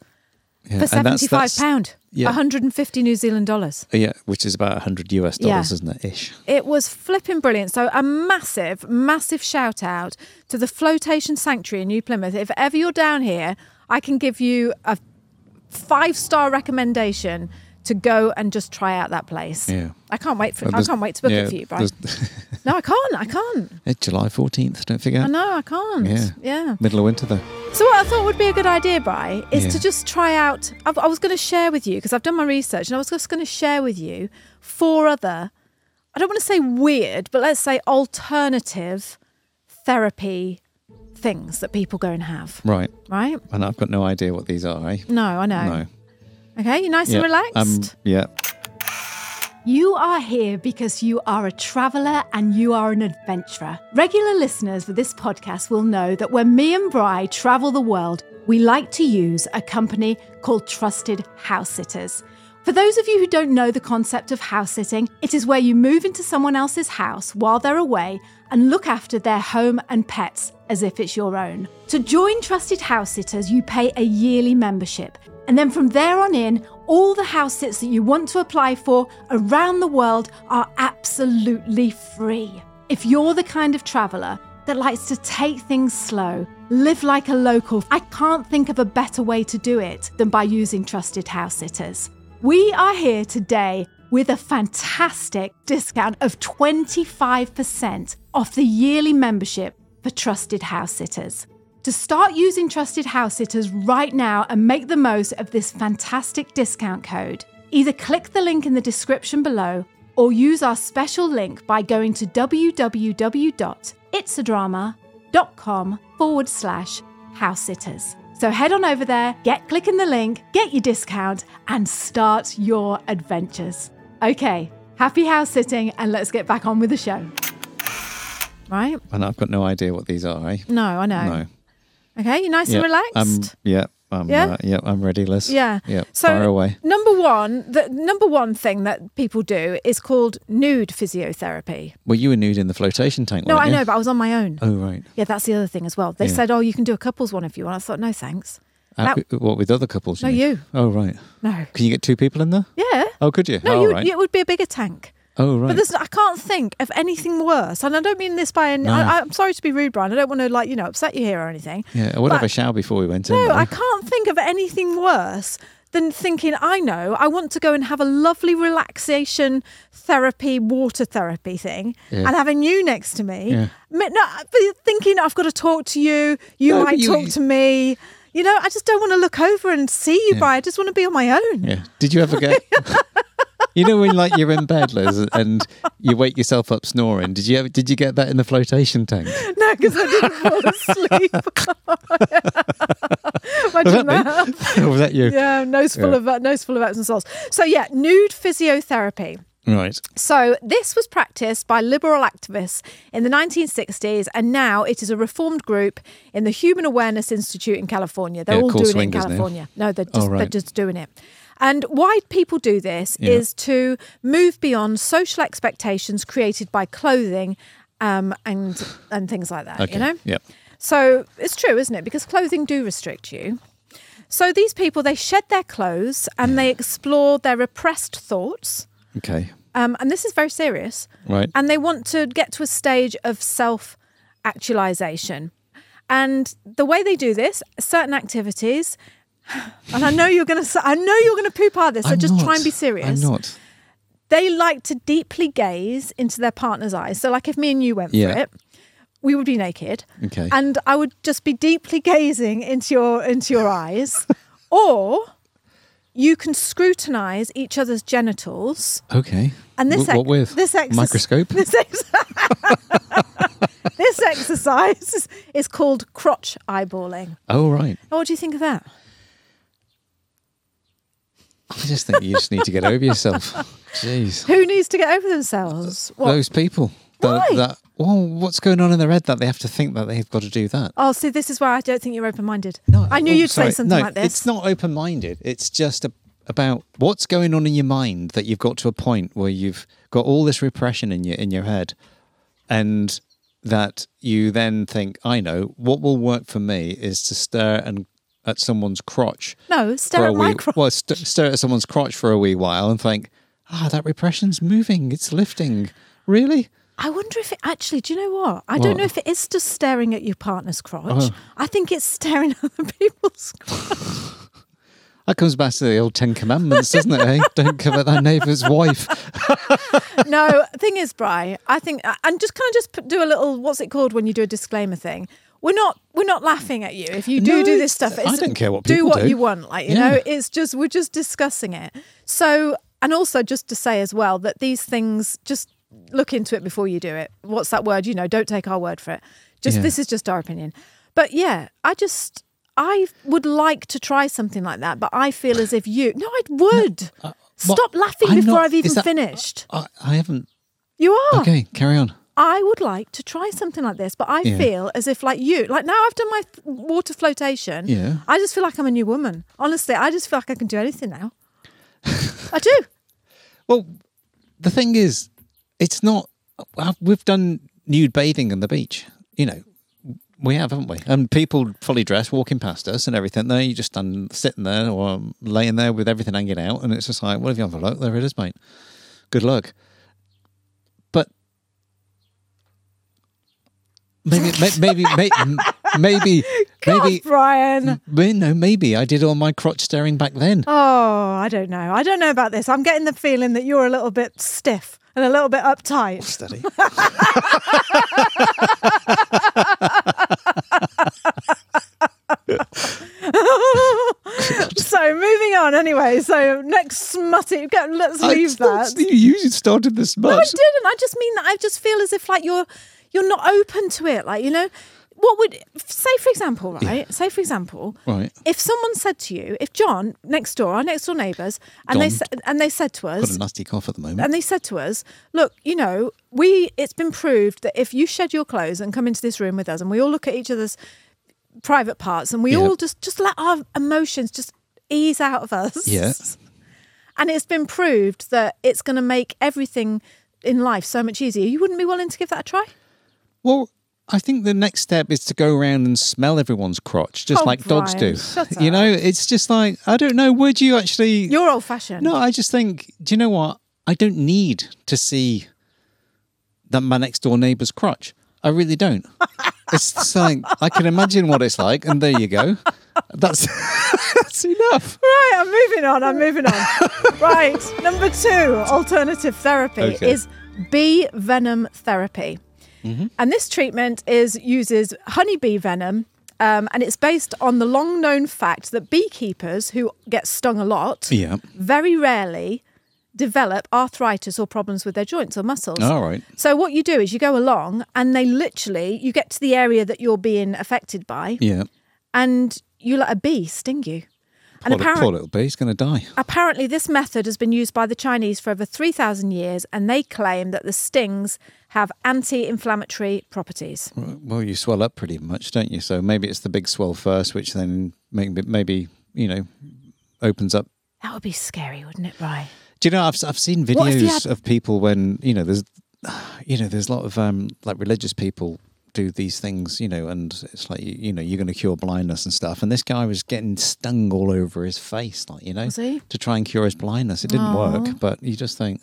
[SPEAKER 1] Yeah,
[SPEAKER 2] for
[SPEAKER 1] and that's-
[SPEAKER 2] £75,
[SPEAKER 1] that's- yeah.
[SPEAKER 2] 150 New Zealand dollars.
[SPEAKER 1] Yeah, which is about 100 US dollars,
[SPEAKER 2] Yeah.
[SPEAKER 1] isn't it? Ish.
[SPEAKER 2] It was flipping brilliant. So, a massive, massive shout out to the Flotation Sanctuary in New Plymouth. If ever you're down here, I can give you a five star recommendation to go and just try out that place.
[SPEAKER 1] Yeah.
[SPEAKER 2] I can't wait for
[SPEAKER 1] But
[SPEAKER 2] I
[SPEAKER 1] there's-
[SPEAKER 2] can't wait to book
[SPEAKER 1] yeah,
[SPEAKER 2] it for you, Brian. No, I can't. I can't.
[SPEAKER 1] it's July 14th, don't forget.
[SPEAKER 2] I know I can't.
[SPEAKER 1] Yeah.
[SPEAKER 2] yeah.
[SPEAKER 1] Middle of winter, though.
[SPEAKER 2] So what I thought would be a good idea, Bry, is
[SPEAKER 1] Yeah.
[SPEAKER 2] to just try out. i I was going to share with you because I've done my research, and I was just going to share with you four other. I don't want to say weird, but let's say alternative therapy things that people go and have.
[SPEAKER 1] Right.
[SPEAKER 2] Right?
[SPEAKER 1] And I've got no idea what these are, eh?
[SPEAKER 2] No, I know.
[SPEAKER 1] No.
[SPEAKER 2] Okay, you nice
[SPEAKER 1] Yeah,
[SPEAKER 2] and relaxed.
[SPEAKER 1] Um, yeah.
[SPEAKER 2] You are here because you are a traveller and you are an adventurer. Regular listeners for this podcast will know that when me and Bry travel the world, we like to use a company called Trusted House Sitters. For those of you who don't know the concept of house sitting, it is where you move into someone else's house while they're away and look after their home and pets as if it's your own. To join Trusted House Sitters, you pay a yearly membership. And then from there on in, all the house sits that you want to apply for around the world are absolutely free. If you're the kind of traveller that likes to take things slow, live like a local, I can't think of a better way to do it than by using trusted house sitters. We are here today with a fantastic discount of 25% off the yearly membership for trusted house sitters. To start using Trusted House Sitters right now and make the most of this fantastic discount code, either click the link in the description below or use our special link by going to www.itsadrama.com forward slash house sitters. So head on over there, get clicking the link, get your discount, and start your adventures. Okay, happy house sitting, and let's get back on with the show. Right?
[SPEAKER 1] And I've got no idea what these are, eh?
[SPEAKER 2] No, I know.
[SPEAKER 1] No.
[SPEAKER 2] Okay, you nice
[SPEAKER 1] Yeah.
[SPEAKER 2] and relaxed.
[SPEAKER 1] Um, yeah. I'm,
[SPEAKER 2] Yeah?
[SPEAKER 1] Uh, yeah. I'm ready, Liz.
[SPEAKER 2] yeah.
[SPEAKER 1] Yeah. Far away.
[SPEAKER 2] Number one, the number one thing that people do is called nude physiotherapy.
[SPEAKER 1] Well, you were nude in the flotation tank.
[SPEAKER 2] No, I
[SPEAKER 1] weren't you?
[SPEAKER 2] know, but I was on my own.
[SPEAKER 1] Oh right.
[SPEAKER 2] Yeah, that's the other thing as well. They
[SPEAKER 1] Yeah.
[SPEAKER 2] said, "Oh, you can do a couples one if you want." I thought, "No, thanks."
[SPEAKER 1] Uh,
[SPEAKER 2] That-
[SPEAKER 1] what with other couples?
[SPEAKER 2] No,
[SPEAKER 1] mean?
[SPEAKER 2] you.
[SPEAKER 1] Oh right.
[SPEAKER 2] No.
[SPEAKER 1] Can you get two people in there?
[SPEAKER 2] Yeah.
[SPEAKER 1] Oh, could you?
[SPEAKER 2] No,
[SPEAKER 1] oh,
[SPEAKER 2] you,
[SPEAKER 1] right.
[SPEAKER 2] it would be a bigger tank.
[SPEAKER 1] oh right.
[SPEAKER 2] But there's, I can't think of anything worse, and I don't mean this by. An,
[SPEAKER 1] No.
[SPEAKER 2] I, I'm sorry to be rude, Brian. I don't want to like you know upset you here or anything.
[SPEAKER 1] yeah. I would have
[SPEAKER 2] but-
[SPEAKER 1] a shower before we went in.
[SPEAKER 2] No,
[SPEAKER 1] though.
[SPEAKER 2] I can't think of anything worse than thinking, I know, I want to go and have a lovely relaxation therapy, water therapy thing,
[SPEAKER 1] Yeah.
[SPEAKER 2] and having you next to me.
[SPEAKER 1] Yeah.
[SPEAKER 2] Me- No, but thinking, I've got to talk to you, you
[SPEAKER 1] No, but
[SPEAKER 2] might
[SPEAKER 1] you-
[SPEAKER 2] talk to me. You know, I just don't want to look over and see you,
[SPEAKER 1] Yeah.
[SPEAKER 2] Brian. I just want to be on my own.
[SPEAKER 1] Yeah. Did you ever get? you know when like you're in bed, Liz, and you wake yourself up snoring. Did you ever, did you get that in the flotation tank?
[SPEAKER 2] No, because I didn't fall asleep. Imagine
[SPEAKER 1] me?
[SPEAKER 2] that.
[SPEAKER 1] or was that you?
[SPEAKER 2] Yeah, nose full
[SPEAKER 1] Yeah.
[SPEAKER 2] of uh, nose full of Epsom salts. So yeah, nude physiotherapy.
[SPEAKER 1] Right.
[SPEAKER 2] So, this was practiced by liberal activists in the 1960s, and now it is a reformed group in the Human Awareness Institute in California. They're
[SPEAKER 1] Yeah,
[SPEAKER 2] all
[SPEAKER 1] called
[SPEAKER 2] doing it in
[SPEAKER 1] swingers now.
[SPEAKER 2] California. No, they're just,
[SPEAKER 1] Oh, right.
[SPEAKER 2] they're just doing it. And why people do this
[SPEAKER 1] Yeah.
[SPEAKER 2] is to move beyond social expectations created by clothing um, and, and things like that,
[SPEAKER 1] Okay.
[SPEAKER 2] you know?
[SPEAKER 1] Yeah.
[SPEAKER 2] So it's true, isn't it? Because clothing do restrict you. So these people, they shed their clothes and they explore their repressed thoughts.
[SPEAKER 1] Okay.
[SPEAKER 2] Um, and this is very serious.
[SPEAKER 1] Right.
[SPEAKER 2] And they want to get to a stage of self actualization. And the way they do this, certain activities, and I know you're going to, I know you're going to poop out this, so
[SPEAKER 1] I'm
[SPEAKER 2] just try
[SPEAKER 1] not.
[SPEAKER 2] and be serious.
[SPEAKER 1] I'm not.
[SPEAKER 2] They like to deeply gaze into their partner's eyes. So, like if me and you went for
[SPEAKER 1] Yeah.
[SPEAKER 2] it, we would be naked,
[SPEAKER 1] Okay.
[SPEAKER 2] and I would just be deeply gazing into your into your eyes, or you can scrutinize each other's genitals.
[SPEAKER 1] Okay.
[SPEAKER 2] And this
[SPEAKER 1] Wh- what
[SPEAKER 2] ex-
[SPEAKER 1] with
[SPEAKER 2] this exercise,
[SPEAKER 1] microscope?
[SPEAKER 2] This, ex- this exercise is- is called crotch eyeballing.
[SPEAKER 1] Oh right.
[SPEAKER 2] Now, What do you think of that?
[SPEAKER 1] I just think you just need to get over yourself. Jeez.
[SPEAKER 2] Who needs to get over themselves? What?
[SPEAKER 1] Those people. That,
[SPEAKER 2] Why?
[SPEAKER 1] that well, what's going on in their head that they have to think that they've got to do that?
[SPEAKER 2] oh, see, this is why I don't think you're open-minded. I knew
[SPEAKER 1] Oh,
[SPEAKER 2] you'd
[SPEAKER 1] sorry.
[SPEAKER 2] say something
[SPEAKER 1] no,
[SPEAKER 2] like this.
[SPEAKER 1] It's not open minded. It's just a, about what's going on in your mind that you've got to a point where you've got all this repression in your in your head, and that you then think, I know what will work for me is to stare and at someone's crotch.
[SPEAKER 2] No, stare
[SPEAKER 1] for a
[SPEAKER 2] at my
[SPEAKER 1] wee-
[SPEAKER 2] crotch.
[SPEAKER 1] Well, st- stare at someone's crotch for a wee while and think, ah, that repression's moving. It's lifting. Really?
[SPEAKER 2] I wonder if it actually. Do you know what? I
[SPEAKER 1] What?
[SPEAKER 2] don't know if it is just staring at your partner's crotch.
[SPEAKER 1] Oh.
[SPEAKER 2] I think it's staring at other people's. crotch.
[SPEAKER 1] That comes back to the old Ten Commandments, doesn't it? Eh? Don't covet thy neighbour's wife.
[SPEAKER 2] no, thing is, Bri, I think, and just kind of just put, do a little. What's it called when you do a disclaimer thing? We're not we're not laughing at you if you do
[SPEAKER 1] No,
[SPEAKER 2] do this stuff.
[SPEAKER 1] I don't care what
[SPEAKER 2] do
[SPEAKER 1] people
[SPEAKER 2] what
[SPEAKER 1] do.
[SPEAKER 2] you want. Like you
[SPEAKER 1] Yeah.
[SPEAKER 2] know, it's just we're just discussing it. So and also just to say as well that these things just look into it before you do it. What's that word? You know, don't take our word for it. Just
[SPEAKER 1] Yeah.
[SPEAKER 2] this is just our opinion. But yeah, I just I would like to try something like that, but I feel as if you no, I would.
[SPEAKER 1] what-
[SPEAKER 2] Stop laughing
[SPEAKER 1] uh, I'm
[SPEAKER 2] before
[SPEAKER 1] not-
[SPEAKER 2] I've
[SPEAKER 1] is
[SPEAKER 2] even
[SPEAKER 1] that-
[SPEAKER 2] finished.
[SPEAKER 1] I, I haven't.
[SPEAKER 2] You are.
[SPEAKER 1] Okay, carry on.
[SPEAKER 2] I would like to try something like this, but I
[SPEAKER 1] Yeah.
[SPEAKER 2] feel as if, like you, like now I've done my th- water flotation.
[SPEAKER 1] Yeah.
[SPEAKER 2] I just feel like I'm a new woman. Honestly, I just feel like I can do anything now. I do.
[SPEAKER 1] Well, the thing is, it's not. I've- We've done nude bathing on the beach. You know, we have, haven't we? And people fully dressed walking past us and everything. There, you just stand sitting there or um, laying there with everything hanging out, and it's just like, well, if you have a look, there it is, mate. Good luck. But maybe, may- maybe, may- maybe,
[SPEAKER 2] God,
[SPEAKER 1] maybe, Mm.
[SPEAKER 2] Brian.
[SPEAKER 1] maybe, no, maybe I did all my crotch staring back then.
[SPEAKER 2] Oh, I don't know. I don't know about this. I'm getting the feeling that you're a little bit stiff and a little bit uptight.
[SPEAKER 1] Steady.
[SPEAKER 2] so moving on anyway. So next smutty, go- let's leave that.
[SPEAKER 1] You started this much.
[SPEAKER 2] I didn't. I just mean that I just feel as if like you're you're not open to it. Like you know, what would say for example, right? Say for example,
[SPEAKER 1] Right.
[SPEAKER 2] If someone said to you, if John next door, our next door neighbours, and they
[SPEAKER 1] Don.
[SPEAKER 2] sa- and they said to
[SPEAKER 1] Got
[SPEAKER 2] us,
[SPEAKER 1] a nasty cough at the moment.
[SPEAKER 2] and they said to us, "Look, you know, we it's been proved that if you shed your clothes and come into this room with us, and we all look at each other's private parts, and we
[SPEAKER 1] Yeah.
[SPEAKER 2] all just just let our emotions just ease out of us,
[SPEAKER 1] Yeah.
[SPEAKER 2] and it's been proved that it's going to make everything in life so much easier. You wouldn't be willing to give that a try?
[SPEAKER 1] Well, I think the next step is to go around and smell everyone's crotch, just
[SPEAKER 2] Oh,
[SPEAKER 1] like dogs
[SPEAKER 2] Brian,
[SPEAKER 1] do.
[SPEAKER 2] shut
[SPEAKER 1] You
[SPEAKER 2] up.
[SPEAKER 1] know, it's just like I don't know. Would you actually?
[SPEAKER 2] You're old fashioned.
[SPEAKER 1] no, I just think. Do you know what? I don't need to see that my next door neighbour's crotch. I really don't. It's just like I can imagine what it's like, and there you go. That's that's enough.
[SPEAKER 2] Right, I'm moving on. I'm moving on. right, number two alternative therapy
[SPEAKER 1] Okay. Mm-hmm.
[SPEAKER 2] is bee venom therapy. And this treatment is uses honeybee venom. Um, and it's based on the long known fact that beekeepers who get stung a lot
[SPEAKER 1] Yeah.
[SPEAKER 2] very rarely develop arthritis or problems with their joints or muscles.
[SPEAKER 1] All right.
[SPEAKER 2] So, what you do is you go along and they literally, you get to the area that you're being affected by
[SPEAKER 1] Yeah.
[SPEAKER 2] and you let a bee sting you. and
[SPEAKER 1] Poor, li-
[SPEAKER 2] apparently,
[SPEAKER 1] poor little bee, he's going to die.
[SPEAKER 2] Apparently, this method has been used by the Chinese for over 3,000 years, and they claim that the stings have anti inflammatory properties.
[SPEAKER 1] Well, you swell up pretty much, don't you? So maybe it's the big swell first, which then maybe, maybe you know opens up.
[SPEAKER 2] That would be scary, wouldn't it, Rye?
[SPEAKER 1] Do you know I've I've seen
[SPEAKER 2] What if you
[SPEAKER 1] videos
[SPEAKER 2] had-
[SPEAKER 1] of people when you know there's you know there's a lot of um like religious people do these things you know and it's like you, you know you're going to cure blindness and stuff and this guy was getting stung all over his face like you know
[SPEAKER 2] Was he?
[SPEAKER 1] to try and cure his blindness it didn't work but you just think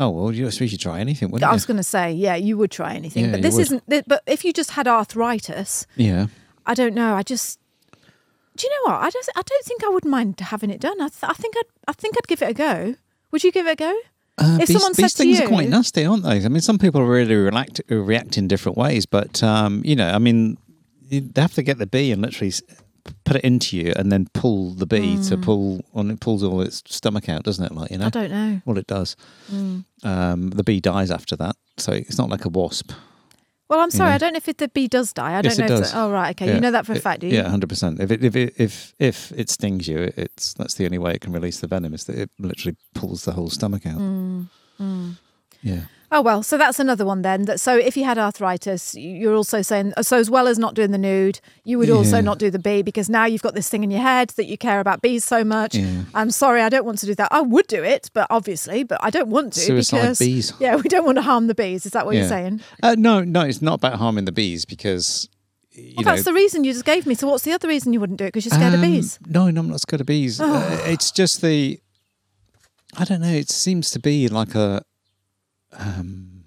[SPEAKER 1] oh well you we should try anything wouldn't
[SPEAKER 2] I
[SPEAKER 1] you
[SPEAKER 2] was going to say, yeah, you would try anything,
[SPEAKER 1] Yeah,
[SPEAKER 2] but
[SPEAKER 1] you
[SPEAKER 2] this
[SPEAKER 1] would.
[SPEAKER 2] isn't. th- But if you just had arthritis,
[SPEAKER 1] yeah
[SPEAKER 2] I don't know. I just. Do you know what? I just. I don't think I would mind having it done. I, th- I think I'd. I think I'd give it a go. Would you give it a go?
[SPEAKER 1] Uh,
[SPEAKER 2] if
[SPEAKER 1] these,
[SPEAKER 2] someone
[SPEAKER 1] these
[SPEAKER 2] said
[SPEAKER 1] things
[SPEAKER 2] to you,
[SPEAKER 1] are quite nasty, aren't they? I mean, some people really react react in different ways, but um, you know, I mean, you, they have to get the bee and literally s- put it into you, and then pull the bee to pull on. It pulls all its stomach out, doesn't it? Like you know,
[SPEAKER 2] Hmm. I don't Hmm. know.
[SPEAKER 1] Well, it does. Um, the bee dies after that, so it's not like a wasp.
[SPEAKER 2] Well, I'm sorry. I don't know if it, the bee does die. I don't
[SPEAKER 1] yes,
[SPEAKER 2] know.
[SPEAKER 1] it
[SPEAKER 2] if
[SPEAKER 1] does.
[SPEAKER 2] The, oh, right. Okay.
[SPEAKER 1] Yeah.
[SPEAKER 2] You know that for a
[SPEAKER 1] It-
[SPEAKER 2] fact, do you?
[SPEAKER 1] Yeah, hundred percent. If it, if it if if it stings you, it- it's that's the only way it can release the venom is that it literally pulls the whole stomach out.
[SPEAKER 2] Hmm.
[SPEAKER 1] Yeah.
[SPEAKER 2] Oh well, so that's another one then. That so if you had arthritis, you're also saying so as well as not doing the nude, you would also
[SPEAKER 1] Yeah.
[SPEAKER 2] not do the bee because now you've got this thing in your head that you care about bees so much.
[SPEAKER 1] Yeah.
[SPEAKER 2] I'm sorry, I don't want to do that. I would do it, but obviously, but I don't want to
[SPEAKER 1] Suicide
[SPEAKER 2] because
[SPEAKER 1] bees.
[SPEAKER 2] yeah, we don't want to harm the bees. Is that what you're
[SPEAKER 1] Yeah.
[SPEAKER 2] saying?
[SPEAKER 1] Uh, no, no, it's not about harming the bees because you
[SPEAKER 2] Well,
[SPEAKER 1] know.
[SPEAKER 2] that's the reason you just gave me. So what's the other reason you wouldn't do it? Because you're scared of
[SPEAKER 1] Um,
[SPEAKER 2] bees.
[SPEAKER 1] No, no, I'm not scared of bees. Uh, it's just the I don't know. It seems to be like a um,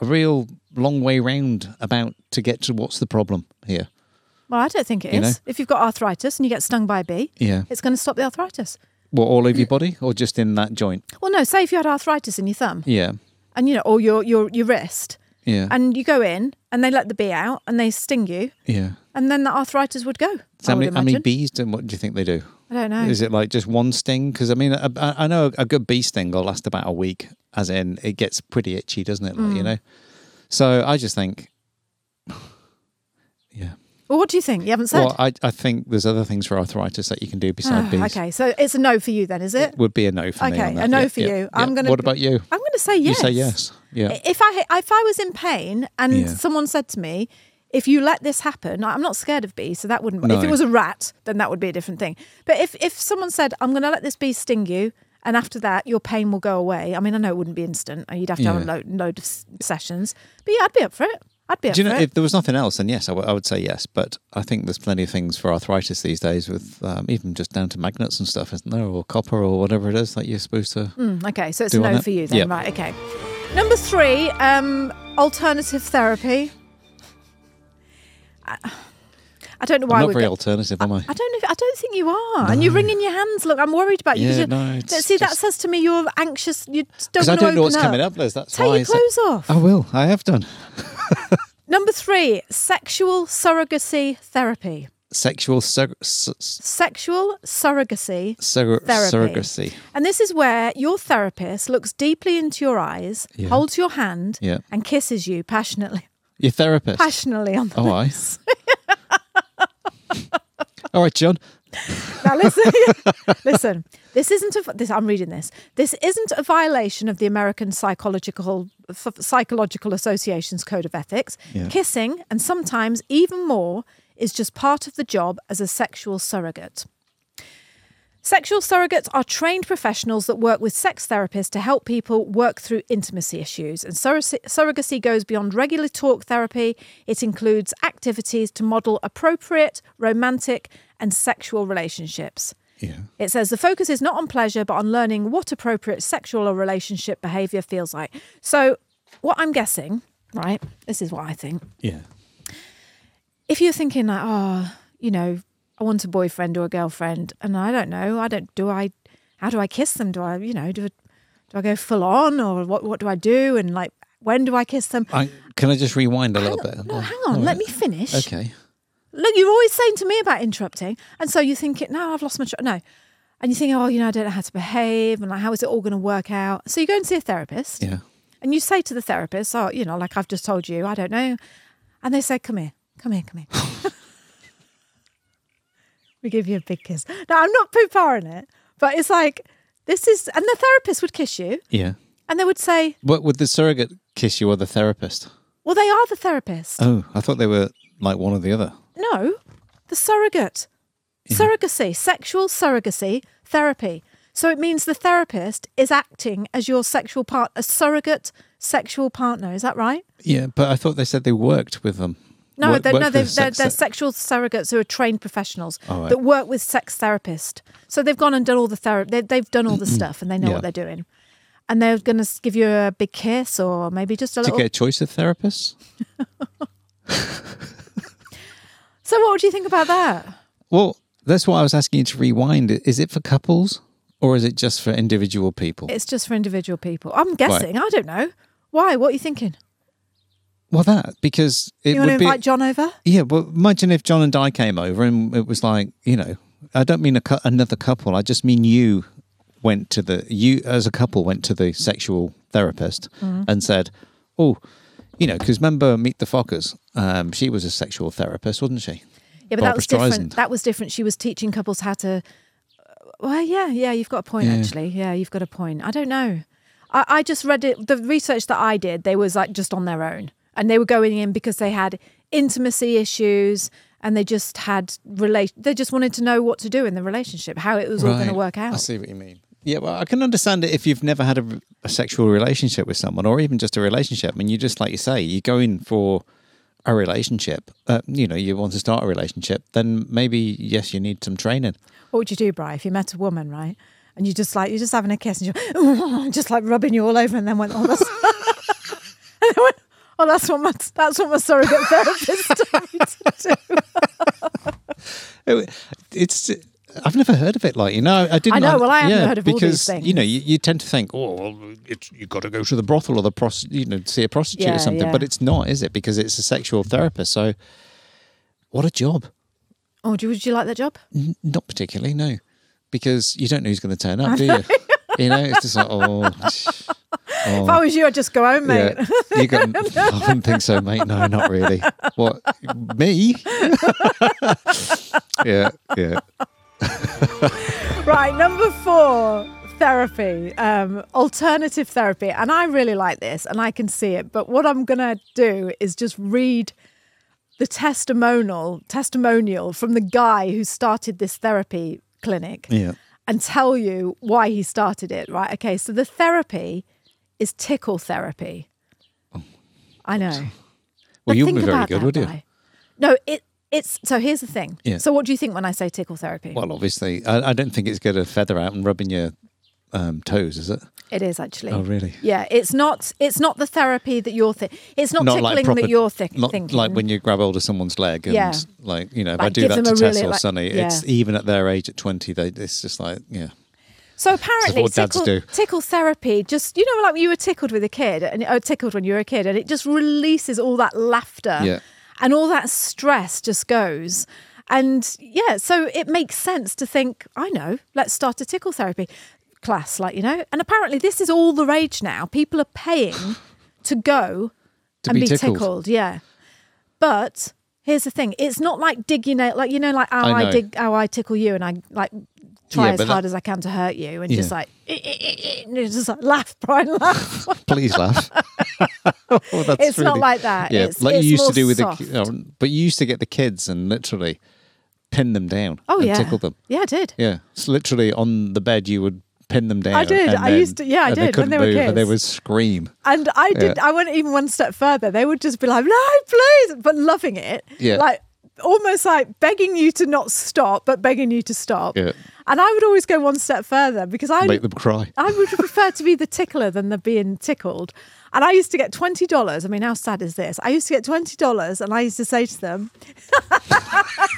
[SPEAKER 1] a real long way round about to get to what's the problem here.
[SPEAKER 2] Well, I don't think it is.
[SPEAKER 1] you know.
[SPEAKER 2] If you've got arthritis and you get stung by a bee,
[SPEAKER 1] Yeah,
[SPEAKER 2] it's going to stop the arthritis.
[SPEAKER 1] well, all over your body or just in that joint.
[SPEAKER 2] Well, no. Say if you had arthritis in your thumb,
[SPEAKER 1] Yeah,
[SPEAKER 2] and you know, or your your your wrist,
[SPEAKER 1] Yeah.
[SPEAKER 2] and you go in and they let the bee out and they sting you
[SPEAKER 1] yeah.
[SPEAKER 2] and then the arthritis would go.
[SPEAKER 1] So
[SPEAKER 2] I
[SPEAKER 1] how,
[SPEAKER 2] would
[SPEAKER 1] many, how many
[SPEAKER 2] imagine.
[SPEAKER 1] bees do, what do you think they do?
[SPEAKER 2] I don't know.
[SPEAKER 1] Is it like just one sting? Because I mean, I, I I know a good bee sting will last about a week, as in it gets pretty itchy, doesn't it? Like,
[SPEAKER 2] Hmm.
[SPEAKER 1] You know? So I just think, yeah.
[SPEAKER 2] Well, what do you think? You haven't said.
[SPEAKER 1] Well, I, I think there's other things for arthritis that you can do beside bees.
[SPEAKER 2] Ah, okay, so it's a no for you then, is it?
[SPEAKER 1] Would be a no for me.
[SPEAKER 2] Okay,
[SPEAKER 1] on that.
[SPEAKER 2] a no
[SPEAKER 1] Yeah,
[SPEAKER 2] for
[SPEAKER 1] yeah,
[SPEAKER 2] you.
[SPEAKER 1] yeah.
[SPEAKER 2] I'm gonna.
[SPEAKER 1] What about you?
[SPEAKER 2] I'm gonna say yes.
[SPEAKER 1] You say yes. Yeah.
[SPEAKER 2] I- If I if I was in pain and
[SPEAKER 1] Yeah.
[SPEAKER 2] someone said to me, if you let this happen, I'm not scared of bees, so that wouldn't. If it
[SPEAKER 1] No.
[SPEAKER 2] was a rat, then that would be a different thing. But if if someone said, I'm gonna let this bee sting you. And after that, your pain will go away. I mean, I know it wouldn't be instant. You'd have to have a
[SPEAKER 1] Yeah.
[SPEAKER 2] load, load of s- sessions. But yeah, I'd be up for it. I'd be up
[SPEAKER 1] Do you
[SPEAKER 2] for
[SPEAKER 1] know
[SPEAKER 2] it.
[SPEAKER 1] if there was nothing else? Then yes, I, w- I would say yes. But I think there's plenty of things for arthritis these days, with um, even just down to magnets and stuff, isn't there, or copper or whatever it is that you're supposed to.
[SPEAKER 2] Hmm. Okay, so it's
[SPEAKER 1] Do
[SPEAKER 2] a
[SPEAKER 1] you want
[SPEAKER 2] no
[SPEAKER 1] that?
[SPEAKER 2] for you then,
[SPEAKER 1] Yep.
[SPEAKER 2] right? Okay. Number three, um, alternative therapy. I, I don't know why
[SPEAKER 1] I'm not
[SPEAKER 2] we've
[SPEAKER 1] very
[SPEAKER 2] got-
[SPEAKER 1] alternative, am I?
[SPEAKER 2] I don't know. I don't think you are, and you're wringing your hands. Look, I'm worried about you. 'cause
[SPEAKER 1] Yeah,
[SPEAKER 2] you-
[SPEAKER 1] no,
[SPEAKER 2] but
[SPEAKER 1] it's
[SPEAKER 2] see, that
[SPEAKER 1] just-
[SPEAKER 2] says to me you're anxious. You just don't
[SPEAKER 1] Because
[SPEAKER 2] want
[SPEAKER 1] I
[SPEAKER 2] to
[SPEAKER 1] don't know what's
[SPEAKER 2] open
[SPEAKER 1] coming up, Liz. That's
[SPEAKER 2] Take
[SPEAKER 1] why. Oh.
[SPEAKER 2] your
[SPEAKER 1] it's like-
[SPEAKER 2] clothes off.
[SPEAKER 1] I will. I have done
[SPEAKER 2] Number three, sexual surrogacy therapy.
[SPEAKER 1] sexual sur- sur-
[SPEAKER 2] Sexual surrogacy
[SPEAKER 1] sur-
[SPEAKER 2] therapy.
[SPEAKER 1] surrogacy.
[SPEAKER 2] And this is where your therapist looks deeply into your eyes,
[SPEAKER 1] Yeah.
[SPEAKER 2] holds your hand,
[SPEAKER 1] Yeah.
[SPEAKER 2] and kisses you passionately.
[SPEAKER 1] Your therapist.
[SPEAKER 2] Passionately on the
[SPEAKER 1] Oh, I. All right, John.
[SPEAKER 2] Now listen, listen. This isn't a. This, I'm reading this. This isn't a violation of the American Psychological F- Psychological Association's Code of Ethics.
[SPEAKER 1] Yeah.
[SPEAKER 2] Kissing and sometimes even more is just part of the job as a sexual surrogate. Sexual surrogates are trained professionals that work with sex therapists to help people work through intimacy issues. And surrogacy, surrogacy goes beyond regular talk therapy. It includes activities to model appropriate, romantic, and sexual relationships.
[SPEAKER 1] Yeah.
[SPEAKER 2] It says the focus is not on pleasure, but on learning what appropriate sexual or relationship behavior feels like. So, what I'm guessing, right, this is what I think.
[SPEAKER 1] Yeah.
[SPEAKER 2] If you're thinking, like, oh, you know, I want a boyfriend or a girlfriend, and I don't know, I don't, do I, how do I kiss them? Do I, you know, do, do I go full on or what, what do I do? And like, when do I kiss them?
[SPEAKER 1] I, can I just rewind a little bit?
[SPEAKER 2] no,
[SPEAKER 1] Oh,
[SPEAKER 2] hang
[SPEAKER 1] all
[SPEAKER 2] on,
[SPEAKER 1] right.
[SPEAKER 2] let me finish.
[SPEAKER 1] Okay.
[SPEAKER 2] Look, you're always saying to me about interrupting, and so you think it. No, I've lost my tr No, and you think, oh, you know, I don't know how to behave, and like, how is it all going to work out? So you go and see a therapist,
[SPEAKER 1] Yeah.
[SPEAKER 2] and you say to the therapist, oh, you know, like I've just told you, I don't know, and they say, come here, come here, come here. we give you a big kiss. Now I'm not poo parring it, but it's like this is, and the therapist would kiss you,
[SPEAKER 1] Yeah.
[SPEAKER 2] and they would say,
[SPEAKER 1] What would the surrogate kiss you or the therapist?
[SPEAKER 2] well, they are the therapist.
[SPEAKER 1] Oh, I thought they were like one or the other.
[SPEAKER 2] No, the surrogate. Surrogacy, sexual surrogacy therapy. So it means the therapist is acting as your sexual part, a surrogate sexual partner. Is that right?
[SPEAKER 1] Yeah, but I thought they said they worked with them.
[SPEAKER 2] No,
[SPEAKER 1] Work-
[SPEAKER 2] they're,
[SPEAKER 1] worked
[SPEAKER 2] no,
[SPEAKER 1] with
[SPEAKER 2] they're, they're,
[SPEAKER 1] sex-
[SPEAKER 2] they're
[SPEAKER 1] se-
[SPEAKER 2] sexual surrogates who are trained professionals
[SPEAKER 1] All right.
[SPEAKER 2] that work with sex therapists. So they've gone and done all the therapy. They, they've done all the stuff and they know
[SPEAKER 1] Yeah.
[SPEAKER 2] what they're doing. And they're going to give you a big kiss or maybe just a
[SPEAKER 1] Did you
[SPEAKER 2] little.
[SPEAKER 1] get a choice of therapists?
[SPEAKER 2] So what would you think about that?
[SPEAKER 1] Well, that's why I was asking you to rewind. Is it for couples or is it just for individual people?
[SPEAKER 2] It's just for individual people. I'm guessing. I don't know. Why? What are you thinking?
[SPEAKER 1] well, that because it
[SPEAKER 2] You
[SPEAKER 1] would
[SPEAKER 2] want to
[SPEAKER 1] be.
[SPEAKER 2] invite John over?
[SPEAKER 1] Yeah, well, imagine if John and I came over and it was like, you know, I don't mean a cou- another couple. I just mean you went to the you as a couple went to the sexual therapist
[SPEAKER 2] Mm-hmm.
[SPEAKER 1] and said, "Oh, you know, because remember Meet the Fockers? Um, she was a sexual therapist, wasn't she?
[SPEAKER 2] Yeah, but that
[SPEAKER 1] Barbra
[SPEAKER 2] was different.
[SPEAKER 1] Streisand.
[SPEAKER 2] That was different. She was teaching couples how to. Well, yeah, yeah, you've got a point. Actually, yeah, you've got a point. I don't know. I, I just read it. The research that I did, they was like just on their own, and they were going in because they had intimacy issues, and they just had relate. They just wanted to know what to do in the relationship, how it was all going to
[SPEAKER 1] Right.
[SPEAKER 2] work out.
[SPEAKER 1] I see what you mean. Yeah, well, I can understand it if you've never had a, a sexual relationship with someone, or even just a relationship. I mean, you just like you say, you go in for a relationship. Uh, you know, you want to start a relationship, then maybe yes, you need some training.
[SPEAKER 2] What would you do, Bri, if you met a woman, right? And you just like you're just having a kiss and you're just like rubbing you all over and then went, Oh that's and then went, Oh that's what my that's what my surrogate therapist told me to do.
[SPEAKER 1] It- Uh, It's I've never heard of it. Like you know, I didn't.
[SPEAKER 2] I know, well, I haven't
[SPEAKER 1] yeah,
[SPEAKER 2] heard of all these
[SPEAKER 1] because you know
[SPEAKER 2] things.
[SPEAKER 1] you, you tend to think, oh, well, it's, you've got to go to the brothel or the prost, you know, see a prostitute
[SPEAKER 2] Yeah,
[SPEAKER 1] or something.
[SPEAKER 2] yeah.
[SPEAKER 1] But it's not, is it? Because it's a sexual therapist. So, what a job.
[SPEAKER 2] Oh, do, would you like that job?
[SPEAKER 1] Not particularly, no, because you don't know who's going to turn up, do you? you know, it's just like, oh,
[SPEAKER 2] If I was you, I'd just go home, mate.
[SPEAKER 1] yeah. You got, I wouldn't think so, mate. No, not really. What me? yeah, yeah.
[SPEAKER 2] Right, number four, therapy, um, alternative therapy. And I really like this and I can see it. But what I'm going to do is just read the testimonial, testimonial from the guy who started this therapy clinic
[SPEAKER 1] Yeah.
[SPEAKER 2] and tell you why he started it, right? Okay, so the therapy is tickle therapy. I know.
[SPEAKER 1] Well,
[SPEAKER 2] But
[SPEAKER 1] you'd
[SPEAKER 2] think
[SPEAKER 1] be very
[SPEAKER 2] about
[SPEAKER 1] good,
[SPEAKER 2] that
[SPEAKER 1] would you?
[SPEAKER 2] guy. No, it, it's so here's the thing.
[SPEAKER 1] Yeah.
[SPEAKER 2] So, what do you think when I say tickle therapy?
[SPEAKER 1] Well, obviously, I, I don't think it's going to feather out and rubbing your um, toes, is it?
[SPEAKER 2] It is actually.
[SPEAKER 1] Oh, really?
[SPEAKER 2] Yeah, it's not. It's not the therapy that you're. Thi- it's not, tickling that you're thi-
[SPEAKER 1] not
[SPEAKER 2] thinking.
[SPEAKER 1] like when you grab hold of someone's leg and
[SPEAKER 2] Yeah.
[SPEAKER 1] like you know, if I
[SPEAKER 2] Like,
[SPEAKER 1] do
[SPEAKER 2] give
[SPEAKER 1] that
[SPEAKER 2] them
[SPEAKER 1] to
[SPEAKER 2] a
[SPEAKER 1] Tess
[SPEAKER 2] really,
[SPEAKER 1] or
[SPEAKER 2] like-
[SPEAKER 1] Sonny,
[SPEAKER 2] yeah.
[SPEAKER 1] it's even at their age at twenty, they it's just like yeah,
[SPEAKER 2] so apparently,
[SPEAKER 1] what dads
[SPEAKER 2] tickle,
[SPEAKER 1] do.
[SPEAKER 2] tickle therapy just you know like you were tickled with a kid and oh tickled when you were a kid and it just releases all that laughter
[SPEAKER 1] Yeah.
[SPEAKER 2] and all that stress just goes. And yeah, so it makes sense to think, I know, let's start a tickle therapy class, like, you know. And apparently, this is all the rage now. People are paying to go
[SPEAKER 1] to
[SPEAKER 2] and
[SPEAKER 1] be,
[SPEAKER 2] be tickled.
[SPEAKER 1] tickled.
[SPEAKER 2] Yeah, but here's the thing: it's not like dig your nail, like you know, like how
[SPEAKER 1] I
[SPEAKER 2] I,
[SPEAKER 1] know.
[SPEAKER 2] dig, how I tickle you, and I like try
[SPEAKER 1] Yeah,
[SPEAKER 2] as
[SPEAKER 1] but
[SPEAKER 2] hard
[SPEAKER 1] that-
[SPEAKER 2] as I can to hurt you, and just
[SPEAKER 1] Yeah.
[SPEAKER 2] like eh, eh, eh, eh, and it's just like laugh, Brian, laugh.
[SPEAKER 1] Please laugh. Oh, that's
[SPEAKER 2] It's not like that.
[SPEAKER 1] Yeah,
[SPEAKER 2] It's-
[SPEAKER 1] like
[SPEAKER 2] it's
[SPEAKER 1] you used
[SPEAKER 2] more
[SPEAKER 1] to do with
[SPEAKER 2] soft.
[SPEAKER 1] the, you know, but you used to get the kids and literally pin them down.
[SPEAKER 2] oh
[SPEAKER 1] and
[SPEAKER 2] yeah,
[SPEAKER 1] tickle them.
[SPEAKER 2] Yeah, I did.
[SPEAKER 1] Yeah, so literally on the bed you would pin them down.
[SPEAKER 2] did.
[SPEAKER 1] and
[SPEAKER 2] I used to- yeah, I
[SPEAKER 1] and They
[SPEAKER 2] did when
[SPEAKER 1] couldn't
[SPEAKER 2] they were
[SPEAKER 1] move, and they
[SPEAKER 2] kids.
[SPEAKER 1] would scream.
[SPEAKER 2] And I did. I went even one step further. They would just be like, "No, please," but loving it,
[SPEAKER 1] Yeah.
[SPEAKER 2] like almost like begging you to not stop, but begging you to stop.
[SPEAKER 1] Yeah.
[SPEAKER 2] And I would always go one step further because I
[SPEAKER 1] Make them cry.
[SPEAKER 2] I would prefer to be the tickler than the being tickled. And I used to get twenty dollars. I mean, how sad is this? I used to get twenty dollars, and I used to say to them,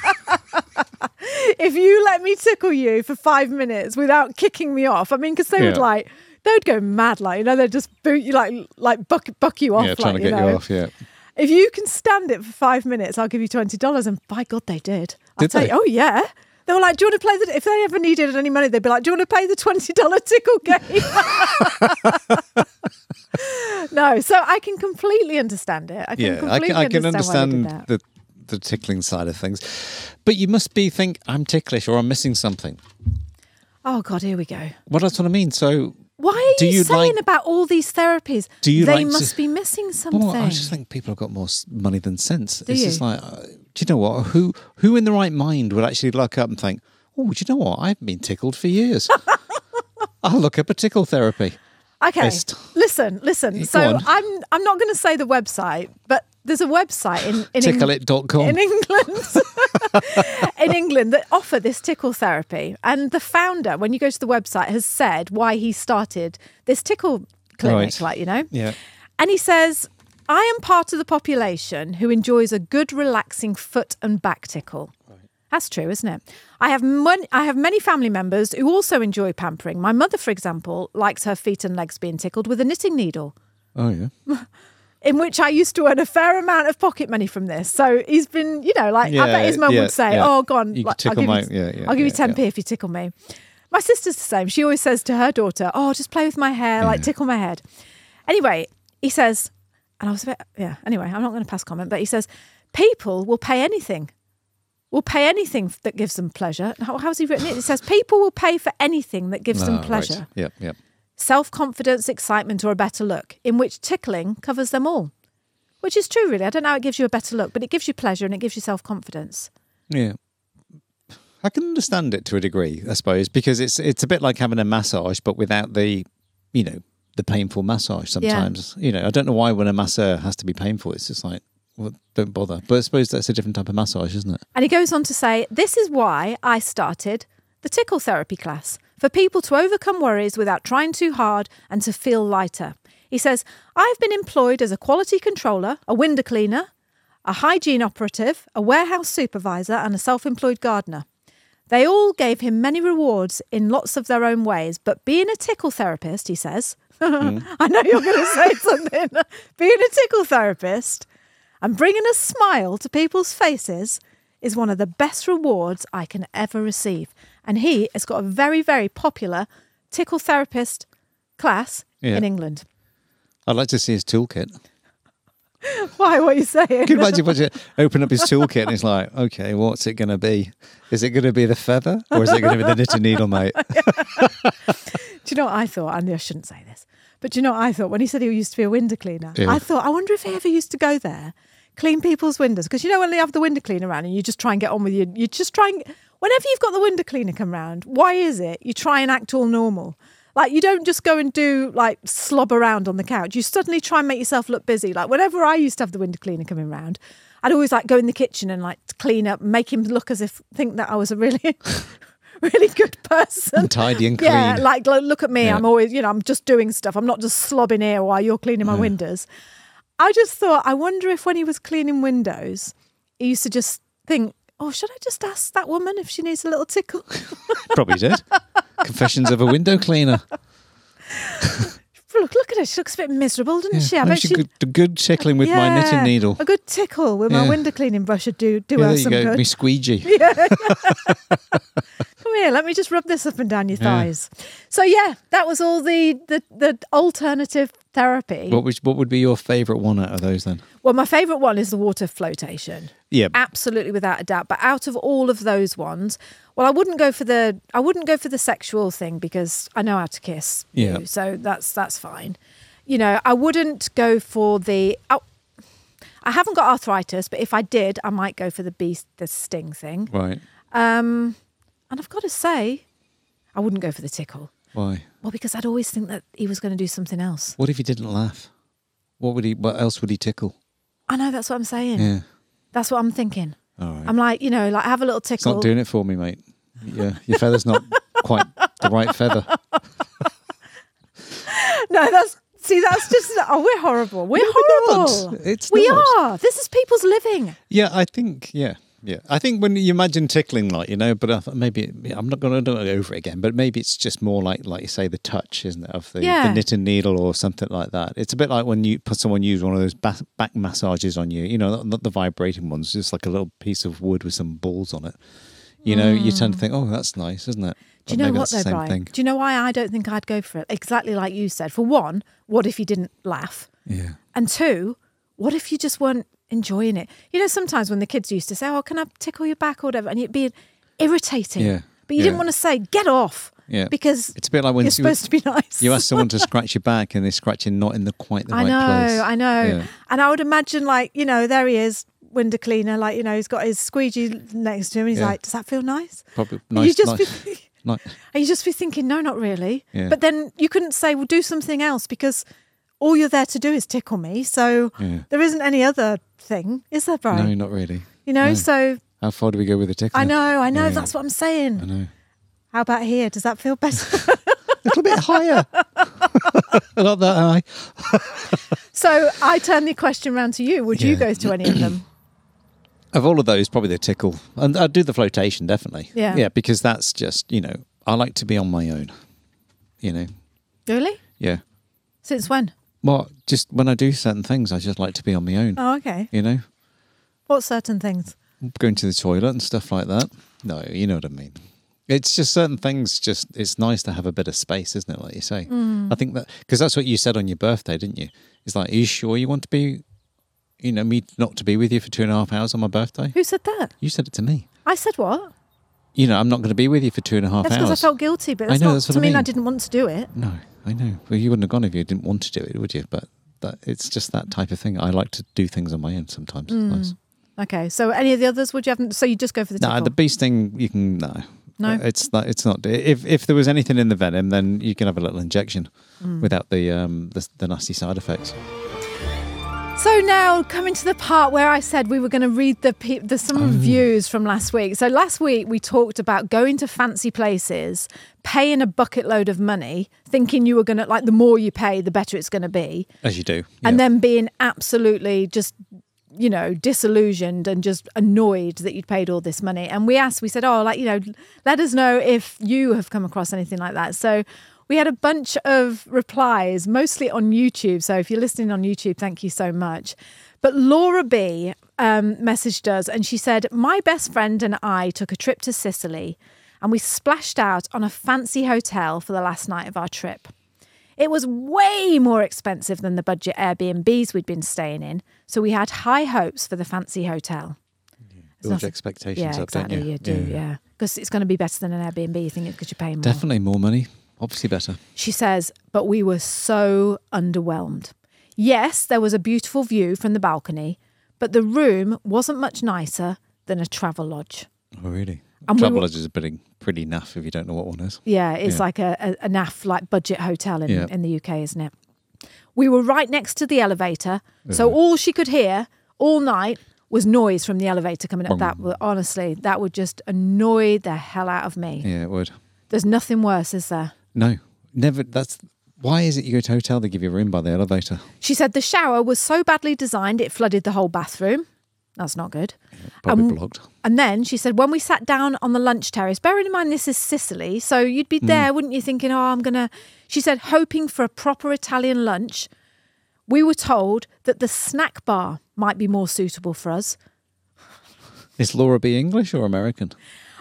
[SPEAKER 2] "If you let me tickle you for five minutes without kicking me off, I mean, because they would
[SPEAKER 1] Yeah.
[SPEAKER 2] like they would go mad, like you know, they'd just boot you, like like buck buck you off,
[SPEAKER 1] yeah,
[SPEAKER 2] like,
[SPEAKER 1] trying to get
[SPEAKER 2] know.
[SPEAKER 1] you off. Yeah.
[SPEAKER 2] If you can stand it for five minutes, I'll give you twenty dollars. And by God, they did. I'll
[SPEAKER 1] Did
[SPEAKER 2] tell
[SPEAKER 1] they?
[SPEAKER 2] you, oh yeah. They were like, "Do you want to play the?" If they ever needed any money, they'd be like, "Do you want to play the twenty dollar tickle game?" no, so I can completely understand it. I can
[SPEAKER 1] yeah, I
[SPEAKER 2] completely
[SPEAKER 1] can, I can
[SPEAKER 2] understand,
[SPEAKER 1] understand
[SPEAKER 2] why they did that.
[SPEAKER 1] the the tickling side of things, but you must be think I'm ticklish or I'm missing something.
[SPEAKER 2] Oh God, here we go.
[SPEAKER 1] Well, that's what I mean. So
[SPEAKER 2] Why are
[SPEAKER 1] Do
[SPEAKER 2] you,
[SPEAKER 1] you
[SPEAKER 2] saying
[SPEAKER 1] like-
[SPEAKER 2] about all these therapies?
[SPEAKER 1] Do you
[SPEAKER 2] they
[SPEAKER 1] like to-
[SPEAKER 2] must be missing something.
[SPEAKER 1] well, I just think people have got more s- money than sense. it's just
[SPEAKER 2] you?
[SPEAKER 1] like, uh, do you know what? Who who in the right mind would actually look up and think, oh, do you know what? I've been tickled for years. I'll look up a tickle therapy.
[SPEAKER 2] Okay.
[SPEAKER 1] Best.
[SPEAKER 2] Listen, listen.
[SPEAKER 1] Go
[SPEAKER 2] So
[SPEAKER 1] on.
[SPEAKER 2] I'm I'm not going to say the website, but there's a website in in, Eng-
[SPEAKER 1] Ticklet.com.
[SPEAKER 2] in England in England that offer this tickle therapy, and the founder, when you go to the website, has said why he started this tickle clinic,
[SPEAKER 1] Right.
[SPEAKER 2] like you know,
[SPEAKER 1] Yeah.
[SPEAKER 2] and he says. I am part of the population who enjoys a good, relaxing foot and back tickle. That's true, isn't it? I have mon- I have many family members who also enjoy pampering. My mother, for example, likes her feet and legs being tickled with a knitting needle,
[SPEAKER 1] Oh yeah.
[SPEAKER 2] in which I used to earn a fair amount of pocket money from this. So he's been, you know, like I
[SPEAKER 1] Yeah,
[SPEAKER 2] bet his mum
[SPEAKER 1] yeah,
[SPEAKER 2] would say,
[SPEAKER 1] yeah.
[SPEAKER 2] "Oh, go on,
[SPEAKER 1] You
[SPEAKER 2] like,
[SPEAKER 1] tickle
[SPEAKER 2] I'll give
[SPEAKER 1] my-
[SPEAKER 2] you,
[SPEAKER 1] yeah, yeah,
[SPEAKER 2] I'll give you
[SPEAKER 1] yeah,
[SPEAKER 2] ten
[SPEAKER 1] yeah.
[SPEAKER 2] p if you tickle me." My sister's the same. She always says to her daughter, "Oh, just play with my hair, like tickle my head." Anyway, he says, and I was a bit, yeah. Anyway, I'm not going to pass comment, but he says, people will pay anything. Will pay anything that gives them pleasure. How, how's he written it? It says people will pay for anything that gives
[SPEAKER 1] Ah,
[SPEAKER 2] them
[SPEAKER 1] right.
[SPEAKER 2] pleasure,
[SPEAKER 1] Yep, yep.
[SPEAKER 2] self confidence, excitement, or a better look, in which tickling covers them all. Which is true, really. I don't know how it gives you a better look, but it gives you pleasure and it gives you self confidence.
[SPEAKER 1] Yeah. I can understand it to a degree, I suppose, because it's it's a bit like having a massage, but without the, you know, the painful massage. Sometimes, you know, I don't know why when a masseur has to be painful. It's just like, well, don't bother. But I suppose that's a different type of massage, isn't it?
[SPEAKER 2] And he goes on to say, This is why I started the tickle therapy class for people to overcome worries without trying too hard and to feel lighter. He says, I've been employed as a quality controller, a window cleaner, a hygiene operative, a warehouse supervisor, and a self employed gardener. They all gave him many rewards in lots of their own ways, but being a tickle therapist, he says,
[SPEAKER 1] Hmm.
[SPEAKER 2] I know you're going to say something, being a tickle therapist and bringing a smile to people's faces is one of the best rewards I can ever receive. And he has got a very, very popular tickle therapist class
[SPEAKER 1] Yeah.
[SPEAKER 2] in England.
[SPEAKER 1] I'd like to see his toolkit.
[SPEAKER 2] Why? What are you saying?
[SPEAKER 1] Can you imagine what you open up his toolkit and it's like, okay, what's it going to be? Is it going to be the feather or is it going to be the knitting needle, mate?
[SPEAKER 2] Do you know what I thought? I knew I shouldn't say this, but do you know what I thought when he said he used to be a window cleaner?
[SPEAKER 1] Yeah.
[SPEAKER 2] I thought, I wonder if he ever used to go there, clean people's windows. Because you know when they have the window cleaner around and you just try and get on with your, you just try and, whenever you've got the window cleaner come round, why is it you try and act all normal? Like you don't just go and do like slob around on the couch. You suddenly try and make yourself look busy. Like whenever I used to have the window cleaner coming round, I'd always like go in the kitchen and like clean up, make him look as if think that I was a really, really good person.
[SPEAKER 1] Tidy and clean.
[SPEAKER 2] Yeah, like lo- look at me.
[SPEAKER 1] Yeah.
[SPEAKER 2] I'm always, you know, I'm just doing stuff. I'm not just slobbing here while you're cleaning my windows. I just thought, I wonder if when he was cleaning windows, he used to just think, oh, should I just ask that woman if she needs a little tickle?
[SPEAKER 1] Probably did. Confessions of a window cleaner.
[SPEAKER 2] look, look at her. She looks a bit miserable, doesn't she? I
[SPEAKER 1] I
[SPEAKER 2] bet
[SPEAKER 1] she
[SPEAKER 2] she.
[SPEAKER 1] could, a good tickling with my knitting
[SPEAKER 2] Yeah,
[SPEAKER 1] needle.
[SPEAKER 2] A good tickle with my
[SPEAKER 1] Yeah.
[SPEAKER 2] window cleaning brush would do do
[SPEAKER 1] Yeah,
[SPEAKER 2] her
[SPEAKER 1] there you
[SPEAKER 2] some
[SPEAKER 1] go.
[SPEAKER 2] good.
[SPEAKER 1] Me squeegee.
[SPEAKER 2] Come here, let me just rub this up and down your thighs. So yeah, that was all the the, the alternative therapy.
[SPEAKER 1] What would, what would be your favourite one out of those then?
[SPEAKER 2] Well, my favourite one is the water flotation.
[SPEAKER 1] Yeah.
[SPEAKER 2] Absolutely, without a doubt. But out of all of those ones, well, I wouldn't go for the I wouldn't go for the sexual thing because I know how to kiss.
[SPEAKER 1] Yeah.
[SPEAKER 2] You, so that's that's fine. You know, I wouldn't go for the. Oh, I haven't got arthritis, but if I did, I might go for the bee the sting thing.
[SPEAKER 1] Right.
[SPEAKER 2] And I've got to say, I wouldn't go for the tickle.
[SPEAKER 1] Why?
[SPEAKER 2] Well, because I'd always think that he was going to do something else.
[SPEAKER 1] What if he didn't laugh? What would he? What else would he tickle?
[SPEAKER 2] I know that's what I'm saying.
[SPEAKER 1] Yeah.
[SPEAKER 2] That's what I'm thinking.
[SPEAKER 1] All right.
[SPEAKER 2] I'm like, you know, like have a little
[SPEAKER 1] it's not
[SPEAKER 2] tickle.
[SPEAKER 1] doing it for me, mate. Yeah, your feather's not quite the right feather.
[SPEAKER 2] No, that's see, that's just oh, we're horrible. We're
[SPEAKER 1] we're not.
[SPEAKER 2] horrible.
[SPEAKER 1] It's
[SPEAKER 2] we
[SPEAKER 1] not.
[SPEAKER 2] are. This is people's living.
[SPEAKER 1] Yeah, I think. Yeah, yeah. I think when you imagine tickling, like you know, but I thought maybe I'm not going to go over it again. But maybe it's just more like, like you say, the touch, isn't it, of the,
[SPEAKER 2] Yeah.
[SPEAKER 1] the knit and needle or something like that. It's a bit like when you put someone use one of those back, back massages on you. You know, not, not the vibrating ones, just like a little piece of wood with some balls on it. You know, you tend to think, oh, that's nice, isn't it?
[SPEAKER 2] Mm. Do you
[SPEAKER 1] But
[SPEAKER 2] know
[SPEAKER 1] maybe
[SPEAKER 2] what
[SPEAKER 1] that's
[SPEAKER 2] though,
[SPEAKER 1] the same
[SPEAKER 2] Brian?
[SPEAKER 1] thing.
[SPEAKER 2] Do you know why I don't think I'd go for it? Exactly like you said. For one, what if you didn't laugh?
[SPEAKER 1] Yeah.
[SPEAKER 2] And two, what if you just weren't enjoying it? You know, sometimes when the kids used to say, "Oh, can I tickle your back or whatever," and it'd be irritating.
[SPEAKER 1] Yeah,
[SPEAKER 2] But you
[SPEAKER 1] yeah.
[SPEAKER 2] didn't want to say, "Get off,"
[SPEAKER 1] Yeah.
[SPEAKER 2] because
[SPEAKER 1] It's a bit like when
[SPEAKER 2] you're
[SPEAKER 1] you-
[SPEAKER 2] supposed to be nice.
[SPEAKER 1] You ask someone to scratch your back and they're scratching not in the quite the
[SPEAKER 2] I
[SPEAKER 1] right
[SPEAKER 2] know,
[SPEAKER 1] place.
[SPEAKER 2] I know.
[SPEAKER 1] Yeah.
[SPEAKER 2] And I would imagine, like, you know, there he is, window cleaner, like, you know, he's got his squeegee next to him. He's
[SPEAKER 1] Yeah.
[SPEAKER 2] like, does that feel nice?
[SPEAKER 1] Probably
[SPEAKER 2] And you
[SPEAKER 1] nice.
[SPEAKER 2] just
[SPEAKER 1] nice,
[SPEAKER 2] be-
[SPEAKER 1] nice.
[SPEAKER 2] And you just be thinking, no, not really.
[SPEAKER 1] Yeah.
[SPEAKER 2] But then you couldn't say, well, do something else because all you're there to do is tickle me. So
[SPEAKER 1] Yeah.
[SPEAKER 2] there isn't any other thing, is there, Brian?
[SPEAKER 1] No, not really.
[SPEAKER 2] you know, so
[SPEAKER 1] How far do we go with the tickling?
[SPEAKER 2] I know, I know,
[SPEAKER 1] Yeah.
[SPEAKER 2] that's what I'm saying.
[SPEAKER 1] I know.
[SPEAKER 2] How about here? Does that feel better?
[SPEAKER 1] A little bit higher. Not that high.
[SPEAKER 2] so I turn the question round to you. Would you
[SPEAKER 1] Yeah.
[SPEAKER 2] go to any of them?
[SPEAKER 1] Of all of those, probably the tickle. And I'd do the flotation, definitely.
[SPEAKER 2] Yeah.
[SPEAKER 1] Yeah, because that's just, you know, I like to be on my own. You know?
[SPEAKER 2] really?
[SPEAKER 1] Yeah.
[SPEAKER 2] Since when?
[SPEAKER 1] Well, just when I do certain things, I just like to be on my own.
[SPEAKER 2] Oh, okay.
[SPEAKER 1] You know?
[SPEAKER 2] What certain things?
[SPEAKER 1] Going to the toilet and stuff like that. No, you know what I mean. It's just certain things, just, it's nice to have a bit of space, isn't it? Like you say.
[SPEAKER 2] Mm.
[SPEAKER 1] I think that, because that's what you said on your birthday, didn't you? It's like, are you sure you want to be, you know, me not to be with you for two and a half hours on my birthday?
[SPEAKER 2] Who said that?
[SPEAKER 1] You said it to me.
[SPEAKER 2] I said what?
[SPEAKER 1] You know, I'm not going to be with you for two and a half
[SPEAKER 2] That's because
[SPEAKER 1] hours.
[SPEAKER 2] I felt guilty, but
[SPEAKER 1] I
[SPEAKER 2] that's
[SPEAKER 1] know,
[SPEAKER 2] not
[SPEAKER 1] that's what
[SPEAKER 2] to
[SPEAKER 1] I
[SPEAKER 2] mean I
[SPEAKER 1] mean.
[SPEAKER 2] didn't want to do it.
[SPEAKER 1] no, I know. Well, you wouldn't have gone if you didn't want to do it, would you? But that, it's just that type of thing. I like to do things on my own sometimes.
[SPEAKER 2] Mm.
[SPEAKER 1] It's nice.
[SPEAKER 2] Okay, so any of the others would you have? So you just go for the
[SPEAKER 1] No,
[SPEAKER 2] tickle?
[SPEAKER 1] the beast thing you can no.
[SPEAKER 2] No?
[SPEAKER 1] it's not. It's not. If if there was anything in the venom, then you can have a little injection
[SPEAKER 2] Mm.
[SPEAKER 1] without the um the, the nasty side effects.
[SPEAKER 2] so now coming to the part where I said we were going to read the pe- the
[SPEAKER 1] Oh.
[SPEAKER 2] some reviews from last week. So last week we talked about going to fancy places, paying a bucket load of money, thinking you were going to like the more you pay, the better it's going to be,
[SPEAKER 1] As you do,
[SPEAKER 2] and
[SPEAKER 1] yeah.
[SPEAKER 2] then being absolutely just you know, disillusioned and just annoyed that you'd paid all this money. And we asked, we said, oh, like, you know, let us know if you have come across anything like that. So we had a bunch of replies, mostly on YouTube. So if you're listening on YouTube, thank you so much. But Laura B um, messaged us and she said, My best friend and I took a trip to Sicily and we splashed out on a fancy hotel for the last night of our trip. It was way more expensive than the budget Airbnbs we'd been staying in, so we had high hopes for the fancy hotel.
[SPEAKER 1] Build
[SPEAKER 2] nothing-
[SPEAKER 1] expectations
[SPEAKER 2] yeah,
[SPEAKER 1] up, don't
[SPEAKER 2] exactly.
[SPEAKER 1] you?
[SPEAKER 2] do, yeah. Because it's going to be better than an Airbnb, you think it because you're paying more.
[SPEAKER 1] Definitely more money. Obviously better.
[SPEAKER 2] She says, but we were so underwhelmed. Yes, there was a beautiful view from the balcony, but the room wasn't much nicer than a travel lodge.
[SPEAKER 1] Oh, really?
[SPEAKER 2] And we were-
[SPEAKER 1] Travel is a pretty, pretty naff if you don't know what one is.
[SPEAKER 2] Yeah, it's
[SPEAKER 1] Yeah.
[SPEAKER 2] like a, a an AF like budget hotel in,
[SPEAKER 1] Yeah.
[SPEAKER 2] in the UK, isn't it? We were right next to the elevator, so all she could hear all night was noise from the elevator coming up. That would honestly, that would just annoy the hell out of me.
[SPEAKER 1] Yeah, it would.
[SPEAKER 2] There's nothing worse, is there?
[SPEAKER 1] No, never. That's why is it you go to a hotel they give you a room by the elevator?
[SPEAKER 2] She said the shower was so badly designed it flooded the whole bathroom. That's not good.
[SPEAKER 1] Probably
[SPEAKER 2] Um,
[SPEAKER 1] blocked.
[SPEAKER 2] And then she said, when we sat down on the lunch terrace, bearing in mind this is Sicily, so you'd be there, wouldn't you, thinking, oh, I'm going to. She said, hoping for a proper Italian lunch. We were told that the snack bar might be more suitable for us.
[SPEAKER 1] Is Laura B English or American?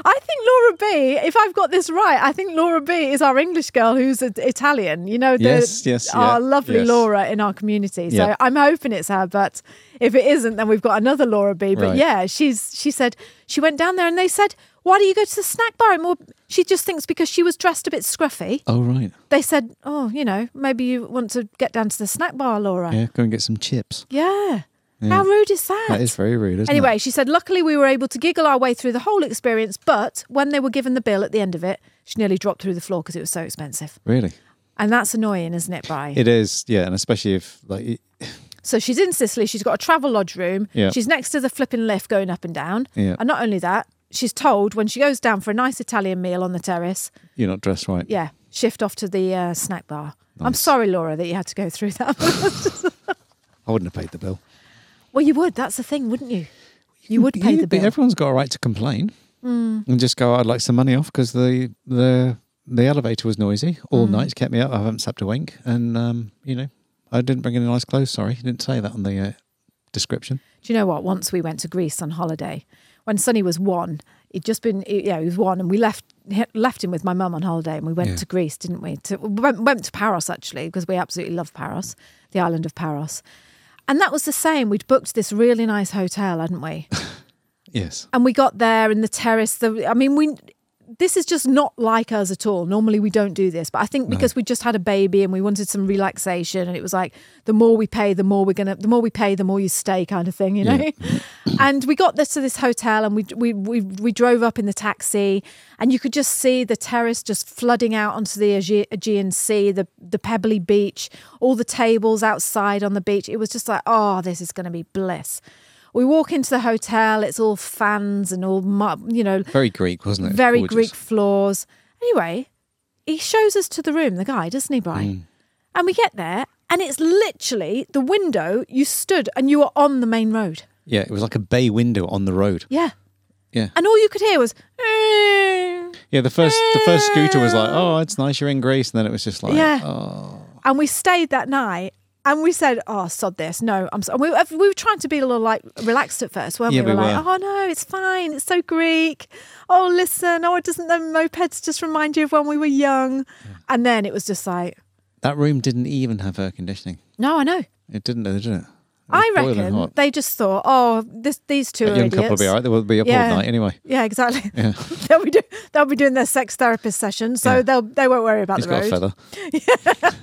[SPEAKER 2] I think Laura B, if I've got this right, I think Laura B is our English girl who's a, Italian. You know, the,
[SPEAKER 1] Yes, yes,
[SPEAKER 2] our
[SPEAKER 1] yeah,
[SPEAKER 2] lovely
[SPEAKER 1] yes.
[SPEAKER 2] Laura in our community. So
[SPEAKER 1] Yeah.
[SPEAKER 2] I'm hoping it's her, but if it isn't, then we've got another Laura B. But
[SPEAKER 1] Right.
[SPEAKER 2] yeah, she's she said she went down there and they said, "Why do you go to the snack bar?" And more, she just thinks because she was dressed a bit scruffy,
[SPEAKER 1] Oh right,
[SPEAKER 2] they said, "Oh, you know, maybe you want to get down to the snack bar, Laura."
[SPEAKER 1] yeah. Go and get some chips.
[SPEAKER 2] Yeah. How rude is that?
[SPEAKER 1] That is very rude. Isn't
[SPEAKER 2] Anyway,
[SPEAKER 1] it?
[SPEAKER 2] she said, luckily we were able to giggle our way through the whole experience, but when they were given the bill at the end of it, she nearly dropped through the floor because it was so expensive.
[SPEAKER 1] really,
[SPEAKER 2] And that's annoying, isn't it, Bri?
[SPEAKER 1] it is. Yeah, and especially if like y-
[SPEAKER 2] so she's in Sicily, she's got a travel lodge room,
[SPEAKER 1] Yeah.
[SPEAKER 2] she's next to the flipping lift going up and down.
[SPEAKER 1] Yeah.
[SPEAKER 2] And not only that, she's told when she goes down for a nice Italian meal on the terrace,
[SPEAKER 1] you're not dressed right.
[SPEAKER 2] yeah, shift off to the uh, snack bar. I'm sorry, Laura, that you had to go through that.
[SPEAKER 1] I wouldn't have paid the bill.
[SPEAKER 2] well, you would, that's the thing, wouldn't you? You would pay
[SPEAKER 1] Yeah,
[SPEAKER 2] the
[SPEAKER 1] but
[SPEAKER 2] bill. Mm.
[SPEAKER 1] Everyone's got a right to complain and just go. I'd like some money off because the the the elevator was noisy all
[SPEAKER 2] Mm.
[SPEAKER 1] night. Kept me up. I haven't slept a wink. And um, you know, I didn't bring any nice clothes. Sorry, you didn't say that on the uh, description.
[SPEAKER 2] Do you know what? Once we went to Greece on holiday, when Sonny was one, he'd just been he- yeah he was one, and we left he- left him with my mum on holiday, and we went
[SPEAKER 1] Yeah.
[SPEAKER 2] to Greece, didn't we? To, we went, went to Paros actually because we absolutely love Paros, the island of Paros, and that was the same. We'd booked this really nice hotel, hadn't we?
[SPEAKER 1] Yes.
[SPEAKER 2] and we got there and the terrace the i mean we this is just not like us at all normally we don't do this but i think because we just had a baby and we wanted some relaxation and it was like the more we pay the more we're gonna the more we pay the more you stay kind of thing you know and we got this to this hotel and we, we we we drove up in the taxi and you could just see the terrace just flooding out onto the Age- aegean sea the the pebbly beach all the tables outside on the beach it was just like oh this is gonna be bliss we walk into the hotel. It's all fans and all, mu- you know,
[SPEAKER 1] Very Greek, wasn't it?
[SPEAKER 2] very
[SPEAKER 1] Gorgeous.
[SPEAKER 2] Greek floors. Anyway, he shows us to the room, the guy, doesn't he,
[SPEAKER 1] Mm.
[SPEAKER 2] Brian? And we get there, and it's literally the window you stood and you were on the main road.
[SPEAKER 1] Yeah, it was like a bay window on the road.
[SPEAKER 2] Yeah.
[SPEAKER 1] Yeah.
[SPEAKER 2] And all you could hear was, "Eh."
[SPEAKER 1] Yeah, the first the first scooter was like, oh, it's nice you're in Greece, and then it was just like,
[SPEAKER 2] yeah.
[SPEAKER 1] oh,
[SPEAKER 2] And we stayed that night. And we said, "Oh, sod this! No, I'm." So-. and We, we were trying to be a little like relaxed at first, weren't
[SPEAKER 1] Yeah,
[SPEAKER 2] we?
[SPEAKER 1] we
[SPEAKER 2] like,
[SPEAKER 1] were.
[SPEAKER 2] "Oh no, it's fine. It's so Greek. Oh, listen. Oh, doesn't the mopeds just remind you of when we were young?" And then it was just like,
[SPEAKER 1] that room didn't even have air conditioning.
[SPEAKER 2] "No, I know.
[SPEAKER 1] It didn't, did it? It
[SPEAKER 2] I
[SPEAKER 1] was boiling
[SPEAKER 2] reckon
[SPEAKER 1] hot.
[SPEAKER 2] they just thought, oh, this, these two
[SPEAKER 1] That
[SPEAKER 2] are
[SPEAKER 1] young
[SPEAKER 2] idiots.
[SPEAKER 1] couple will be all right. They will be up
[SPEAKER 2] Yeah.
[SPEAKER 1] all night anyway.
[SPEAKER 2] Yeah, exactly.
[SPEAKER 1] Yeah.
[SPEAKER 2] they'll be do- they'll be doing their sex therapist session, so
[SPEAKER 1] Yeah.
[SPEAKER 2] they'll they won't worry about
[SPEAKER 1] He's
[SPEAKER 2] the
[SPEAKER 1] got
[SPEAKER 2] road.
[SPEAKER 1] a feather.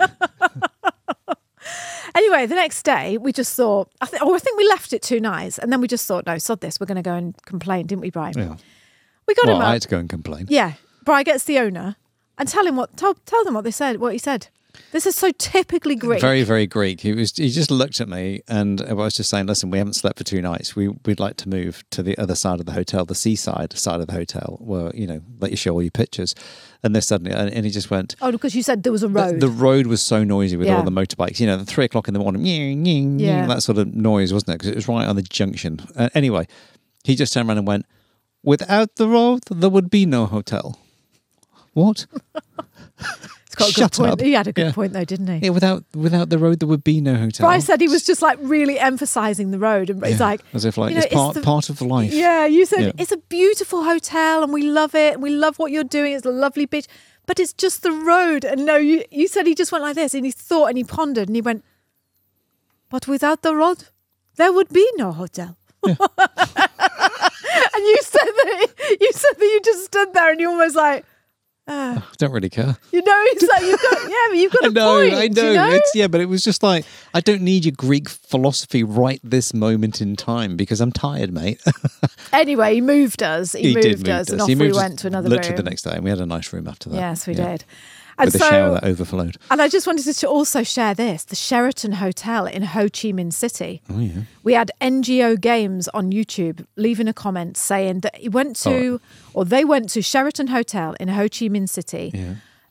[SPEAKER 2] Anyway, the next day we just thought, I think, oh, I think we left it two nights, and then we just thought, no, sod this, we're going to go and complain, didn't we, Brian?
[SPEAKER 1] Yeah.
[SPEAKER 2] We got
[SPEAKER 1] Well,
[SPEAKER 2] him up.
[SPEAKER 1] I had to go and complain.
[SPEAKER 2] Yeah, Brian gets the owner and tell him what tell tell them what they said, what he said. This is so typically Greek.
[SPEAKER 1] Very, very Greek. He was. He just looked at me, and I was just saying, "Listen, we haven't slept for two nights. We we'd like to move to the other side of the hotel, the seaside side of the hotel, where you know let you show all your pictures." And then suddenly, and, and he just went.
[SPEAKER 2] oh, because you said there was a road.
[SPEAKER 1] The, the road was so noisy with
[SPEAKER 2] Yeah.
[SPEAKER 1] all the motorbikes. You know, the three o'clock in the morning,
[SPEAKER 2] Yeah.
[SPEAKER 1] yeah. that sort of noise, wasn't it? Because it was right on the junction. Uh, anyway, he just turned around and went, "Without the road, there would be no hotel." What?
[SPEAKER 2] It's got a good
[SPEAKER 1] shut
[SPEAKER 2] point.
[SPEAKER 1] up.
[SPEAKER 2] He had a good
[SPEAKER 1] Yeah.
[SPEAKER 2] point though, didn't he?
[SPEAKER 1] yeah, without without the road, there would be no hotel.
[SPEAKER 2] Bryce said he was just like really emphasizing the road, and it's
[SPEAKER 1] Yeah,
[SPEAKER 2] like
[SPEAKER 1] as if like
[SPEAKER 2] you know,
[SPEAKER 1] it's part
[SPEAKER 2] the-
[SPEAKER 1] part of life.
[SPEAKER 2] Yeah, you said
[SPEAKER 1] Yeah.
[SPEAKER 2] it's a beautiful hotel, and we love it. And we love what you're doing. It's a lovely beach, but it's just the road. And no, you you said he just went like this, and he thought and he pondered, and he went, but without the road, there would be no hotel. and you said that you said that you just stood there, and you almost like
[SPEAKER 1] Don't really care.
[SPEAKER 2] you know, it's like you've got yeah, but you've got a
[SPEAKER 1] I know,
[SPEAKER 2] point.
[SPEAKER 1] I know.
[SPEAKER 2] You know?
[SPEAKER 1] It's yeah, but it was just like I don't need your Greek philosophy right this moment in time because I'm tired, mate.
[SPEAKER 2] Anyway, he moved us. He, moved us, and off
[SPEAKER 1] He
[SPEAKER 2] we
[SPEAKER 1] moved us
[SPEAKER 2] went to another
[SPEAKER 1] literally
[SPEAKER 2] room.
[SPEAKER 1] the next day, and we had a nice room after that.
[SPEAKER 2] yes, we
[SPEAKER 1] Yeah.
[SPEAKER 2] did. And
[SPEAKER 1] With a shower that overflowed.
[SPEAKER 2] And I just wanted to also share this the Sheraton Hotel in Ho Chi Minh City. Oh, yeah. We had NGO Games on YouTube leaving a comment saying that he went to, or they went to Sheraton Hotel in Ho Chi Minh City.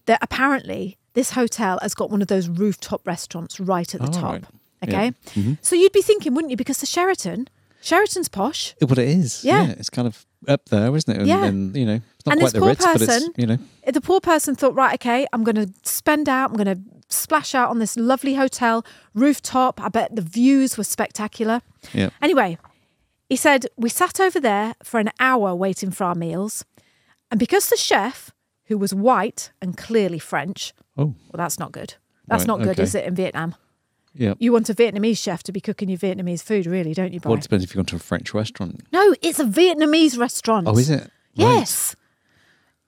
[SPEAKER 2] That apparently this hotel has got one of those rooftop restaurants right at the
[SPEAKER 1] Oh,
[SPEAKER 2] top.
[SPEAKER 1] right.
[SPEAKER 2] Okay. So you'd be thinking, wouldn't you? Because the Sheraton, Sheraton's posh.
[SPEAKER 1] It- What it is,
[SPEAKER 2] Yeah.
[SPEAKER 1] it's kind of up there, isn't it? And,
[SPEAKER 2] Yeah.
[SPEAKER 1] and, you know, it's not
[SPEAKER 2] And
[SPEAKER 1] quite
[SPEAKER 2] this
[SPEAKER 1] the
[SPEAKER 2] poor
[SPEAKER 1] Ritz, but it's
[SPEAKER 2] person-
[SPEAKER 1] you know,
[SPEAKER 2] the poor person thought, right, okay, I'm going to spend out, I'm going to splash out on this lovely hotel rooftop. I bet the views were spectacular.
[SPEAKER 1] yeah.
[SPEAKER 2] Anyway, he said, we sat over there for an hour waiting for our meals. And because the chef, who was white and clearly French,
[SPEAKER 1] Oh,
[SPEAKER 2] well, that's not good. That's
[SPEAKER 1] Right,
[SPEAKER 2] not good,
[SPEAKER 1] okay.
[SPEAKER 2] is it, in Vietnam?
[SPEAKER 1] yeah.
[SPEAKER 2] You want a Vietnamese chef to be cooking you Vietnamese food, really, don't you,
[SPEAKER 1] Well,
[SPEAKER 2] Brian?
[SPEAKER 1] it depends if you've gone to a French restaurant.
[SPEAKER 2] No, it's a Vietnamese restaurant.
[SPEAKER 1] Oh, is it? Right.
[SPEAKER 2] Yes.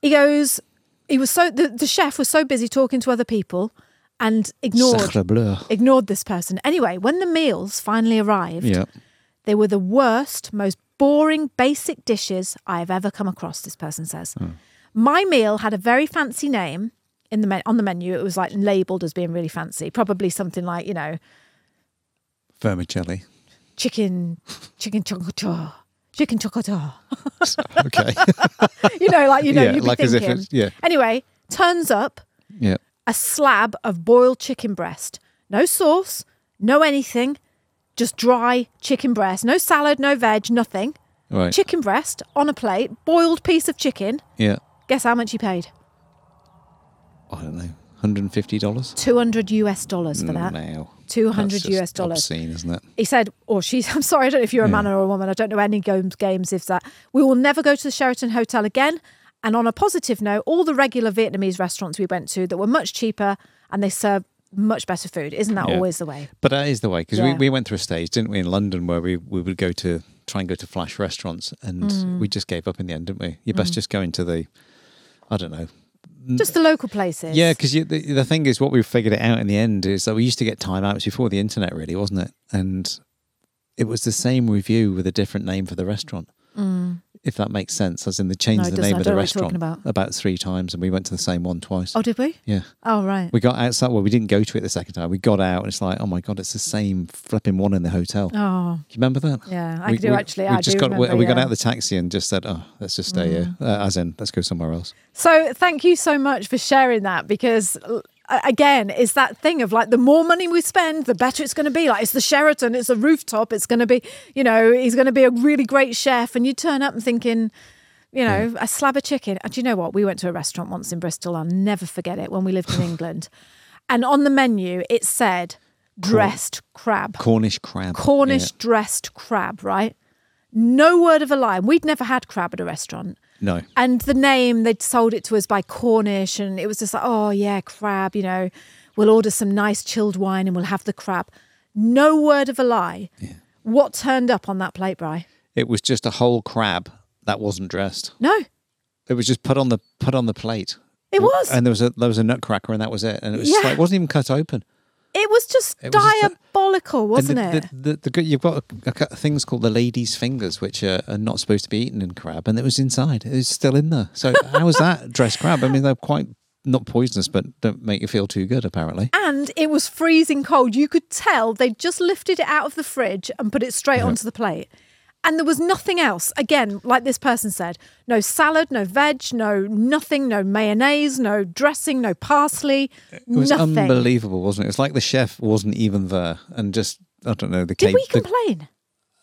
[SPEAKER 2] He goes, he was so, the, the chef was so busy talking to other people and ignored,
[SPEAKER 1] Sacre bleu.
[SPEAKER 2] ignored this person. Anyway, when the meals finally arrived,
[SPEAKER 1] Yeah.
[SPEAKER 2] they were the worst, most boring, basic dishes I have ever come across, this person says.
[SPEAKER 1] Hmm.
[SPEAKER 2] My meal had a very fancy name in the men- on the menu. It was like labeled as being really fancy, probably something like, you know,
[SPEAKER 1] Vermicelli.
[SPEAKER 2] chicken, chicken chocolate, chicken chocolate.
[SPEAKER 1] Okay.
[SPEAKER 2] you know, like you know,
[SPEAKER 1] Yeah,
[SPEAKER 2] you'd be
[SPEAKER 1] like as if
[SPEAKER 2] thinking.
[SPEAKER 1] it's- yeah.
[SPEAKER 2] Anyway, turns up
[SPEAKER 1] yeah.
[SPEAKER 2] a slab of boiled chicken breast, no sauce, no anything, just dry chicken breast, no salad, no veg, nothing.
[SPEAKER 1] Right.
[SPEAKER 2] Chicken breast on a plate, boiled piece of chicken.
[SPEAKER 1] Yeah.
[SPEAKER 2] Guess how much he paid?
[SPEAKER 1] I don't know. Hundred and fifty dollars.
[SPEAKER 2] Two hundred US dollars for that.
[SPEAKER 1] Now.
[SPEAKER 2] 200
[SPEAKER 1] That's just
[SPEAKER 2] US dollars.
[SPEAKER 1] Obscene, isn't it?
[SPEAKER 2] he said, or she, I'm sorry, I don't know if you're a man or a woman. I don't know any games, games if that. We will never go to the Sheraton Hotel again. And on a positive note, all the regular Vietnamese restaurants we went to that were much cheaper and they serve much better food. Isn't that
[SPEAKER 1] Yeah.
[SPEAKER 2] always the way?
[SPEAKER 1] But that is the way because
[SPEAKER 2] Yeah.
[SPEAKER 1] we, we went through a stage, didn't we, in London where we, we would go to try and go to flash restaurants, and
[SPEAKER 2] Mm.
[SPEAKER 1] we just gave up in the end, didn't we? You're best just going to the, I don't know.
[SPEAKER 2] Just the local places.
[SPEAKER 1] Mm. Yeah, because the, the thing is, what we figured it out in the end is that we used to get timeouts before the internet, really, wasn't it? And it was the same review with a different name for the restaurant. If that makes sense, as in
[SPEAKER 2] Mm. No,
[SPEAKER 1] they changed
[SPEAKER 2] it
[SPEAKER 1] the
[SPEAKER 2] doesn't.
[SPEAKER 1] name
[SPEAKER 2] I don't
[SPEAKER 1] of the
[SPEAKER 2] know what you're
[SPEAKER 1] restaurant
[SPEAKER 2] talking
[SPEAKER 1] about. three times, and we went to the same one twice.
[SPEAKER 2] Oh, did we?
[SPEAKER 1] Yeah.
[SPEAKER 2] Oh, right.
[SPEAKER 1] We got outside. Well, we didn't go to it the second time. We got out, and it's like, oh my god, it's the same flipping one in the hotel.
[SPEAKER 2] oh,
[SPEAKER 1] Do you remember that?
[SPEAKER 2] Yeah, I
[SPEAKER 1] We-
[SPEAKER 2] do
[SPEAKER 1] we-
[SPEAKER 2] actually.
[SPEAKER 1] We
[SPEAKER 2] I
[SPEAKER 1] just
[SPEAKER 2] do
[SPEAKER 1] got
[SPEAKER 2] remember,
[SPEAKER 1] we, got
[SPEAKER 2] yeah. Mm.
[SPEAKER 1] out of the taxi and just said, "Oh, let's just stay here." Uh, as in, let's go somewhere else.
[SPEAKER 2] So thank you so much for sharing that because l- a- again, it's that thing of like the more money we spend, the better it's going to be. Like it's the Sheraton, it's the rooftop, it's going to be, you know, he's going to be a really great chef, and you turn up and thinking. You know, a slab of chicken. And do you know what? We went to a restaurant once in Bristol. I'll never forget it when we lived in England. And on the menu, it said dressed crab.
[SPEAKER 1] Cornish crab.
[SPEAKER 2] Cornish dressed crab, right? No word of a lie. We'd never had crab at a restaurant.
[SPEAKER 1] No.
[SPEAKER 2] And the name, they'd sold it to us by Cornish, and it was just like, oh, yeah, crab, you know, we'll order some nice chilled wine and we'll have the crab. No word of a lie. What turned up on that plate, Bry?
[SPEAKER 1] Yeah. It was just a whole crab that wasn't dressed.
[SPEAKER 2] No,
[SPEAKER 1] It was just put on the put on the plate.
[SPEAKER 2] it was.
[SPEAKER 1] And there was a there was a nutcracker, and that was it. And it was just
[SPEAKER 2] Yeah.
[SPEAKER 1] like it wasn't even cut open.
[SPEAKER 2] it was just
[SPEAKER 1] It was just that-
[SPEAKER 2] diabolical, wasn't
[SPEAKER 1] and
[SPEAKER 2] it?
[SPEAKER 1] the, The, the, the, good- you've got a, a, cu- things called the lady's fingers, which are, are not supposed to be eaten in crab, and it was inside. It was still in there. So how was that dressed crab? I mean, they're quite not poisonous, but don't make you feel too good, apparently.
[SPEAKER 2] And it was freezing cold. You could tell they just lifted it out of the fridge and put it straight onto the plate. And there was nothing else. Again, like this person said, no salad, no veg, no nothing, no mayonnaise, no dressing, no parsley,
[SPEAKER 1] It was
[SPEAKER 2] nothing.
[SPEAKER 1] unbelievable, wasn't it? It's like the chef wasn't even there and just, I don't know, the
[SPEAKER 2] Did
[SPEAKER 1] cake.
[SPEAKER 2] we
[SPEAKER 1] the-
[SPEAKER 2] complain?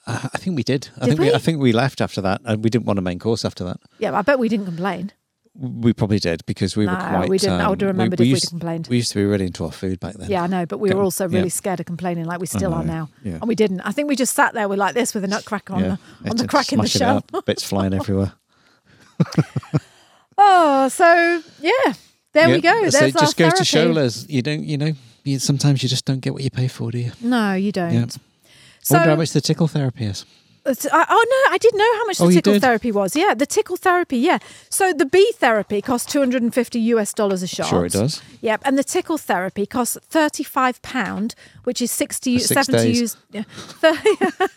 [SPEAKER 1] I think we did. I
[SPEAKER 2] Did
[SPEAKER 1] think we?
[SPEAKER 2] we?
[SPEAKER 1] I think we left after that, and we didn't want a main course after that.
[SPEAKER 2] Yeah, I bet we didn't complain.
[SPEAKER 1] We probably did because we were
[SPEAKER 2] No,
[SPEAKER 1] quite.
[SPEAKER 2] we didn't. I
[SPEAKER 1] um,
[SPEAKER 2] would've remembered if we'd
[SPEAKER 1] used,
[SPEAKER 2] complained.
[SPEAKER 1] We used to be really into our food back then.
[SPEAKER 2] Yeah, I know, but we were
[SPEAKER 1] Go-
[SPEAKER 2] also really
[SPEAKER 1] yeah.
[SPEAKER 2] scared of complaining, like we still are now.
[SPEAKER 1] yeah.
[SPEAKER 2] And we didn't. I think we just sat there with like this with a nutcracker on
[SPEAKER 1] Yeah.
[SPEAKER 2] the on
[SPEAKER 1] It's
[SPEAKER 2] the
[SPEAKER 1] just
[SPEAKER 2] crack in the
[SPEAKER 1] smashing
[SPEAKER 2] shell.
[SPEAKER 1] it up, bits flying everywhere.
[SPEAKER 2] Oh, so yeah, there we
[SPEAKER 1] Yeah,
[SPEAKER 2] go. There's
[SPEAKER 1] So
[SPEAKER 2] our
[SPEAKER 1] it just goes
[SPEAKER 2] therapy.
[SPEAKER 1] to show, Liz, you don't, you know, you, sometimes you just don't get what you pay for, do you?
[SPEAKER 2] No, you don't.
[SPEAKER 1] Yeah.
[SPEAKER 2] So,
[SPEAKER 1] Wonder how much the tickle therapy is.
[SPEAKER 2] it's- I, oh no, I did know how much
[SPEAKER 1] Oh,
[SPEAKER 2] the
[SPEAKER 1] you
[SPEAKER 2] tickle
[SPEAKER 1] did?
[SPEAKER 2] therapy was. Yeah, the tickle therapy. Yeah. So the bee therapy costs 250 US dollars a shot.
[SPEAKER 1] Sure it does.
[SPEAKER 2] Yep, and the tickle therapy costs 35 pound, which is 60
[SPEAKER 1] For six
[SPEAKER 2] 70
[SPEAKER 1] days.
[SPEAKER 2] US yeah, thir-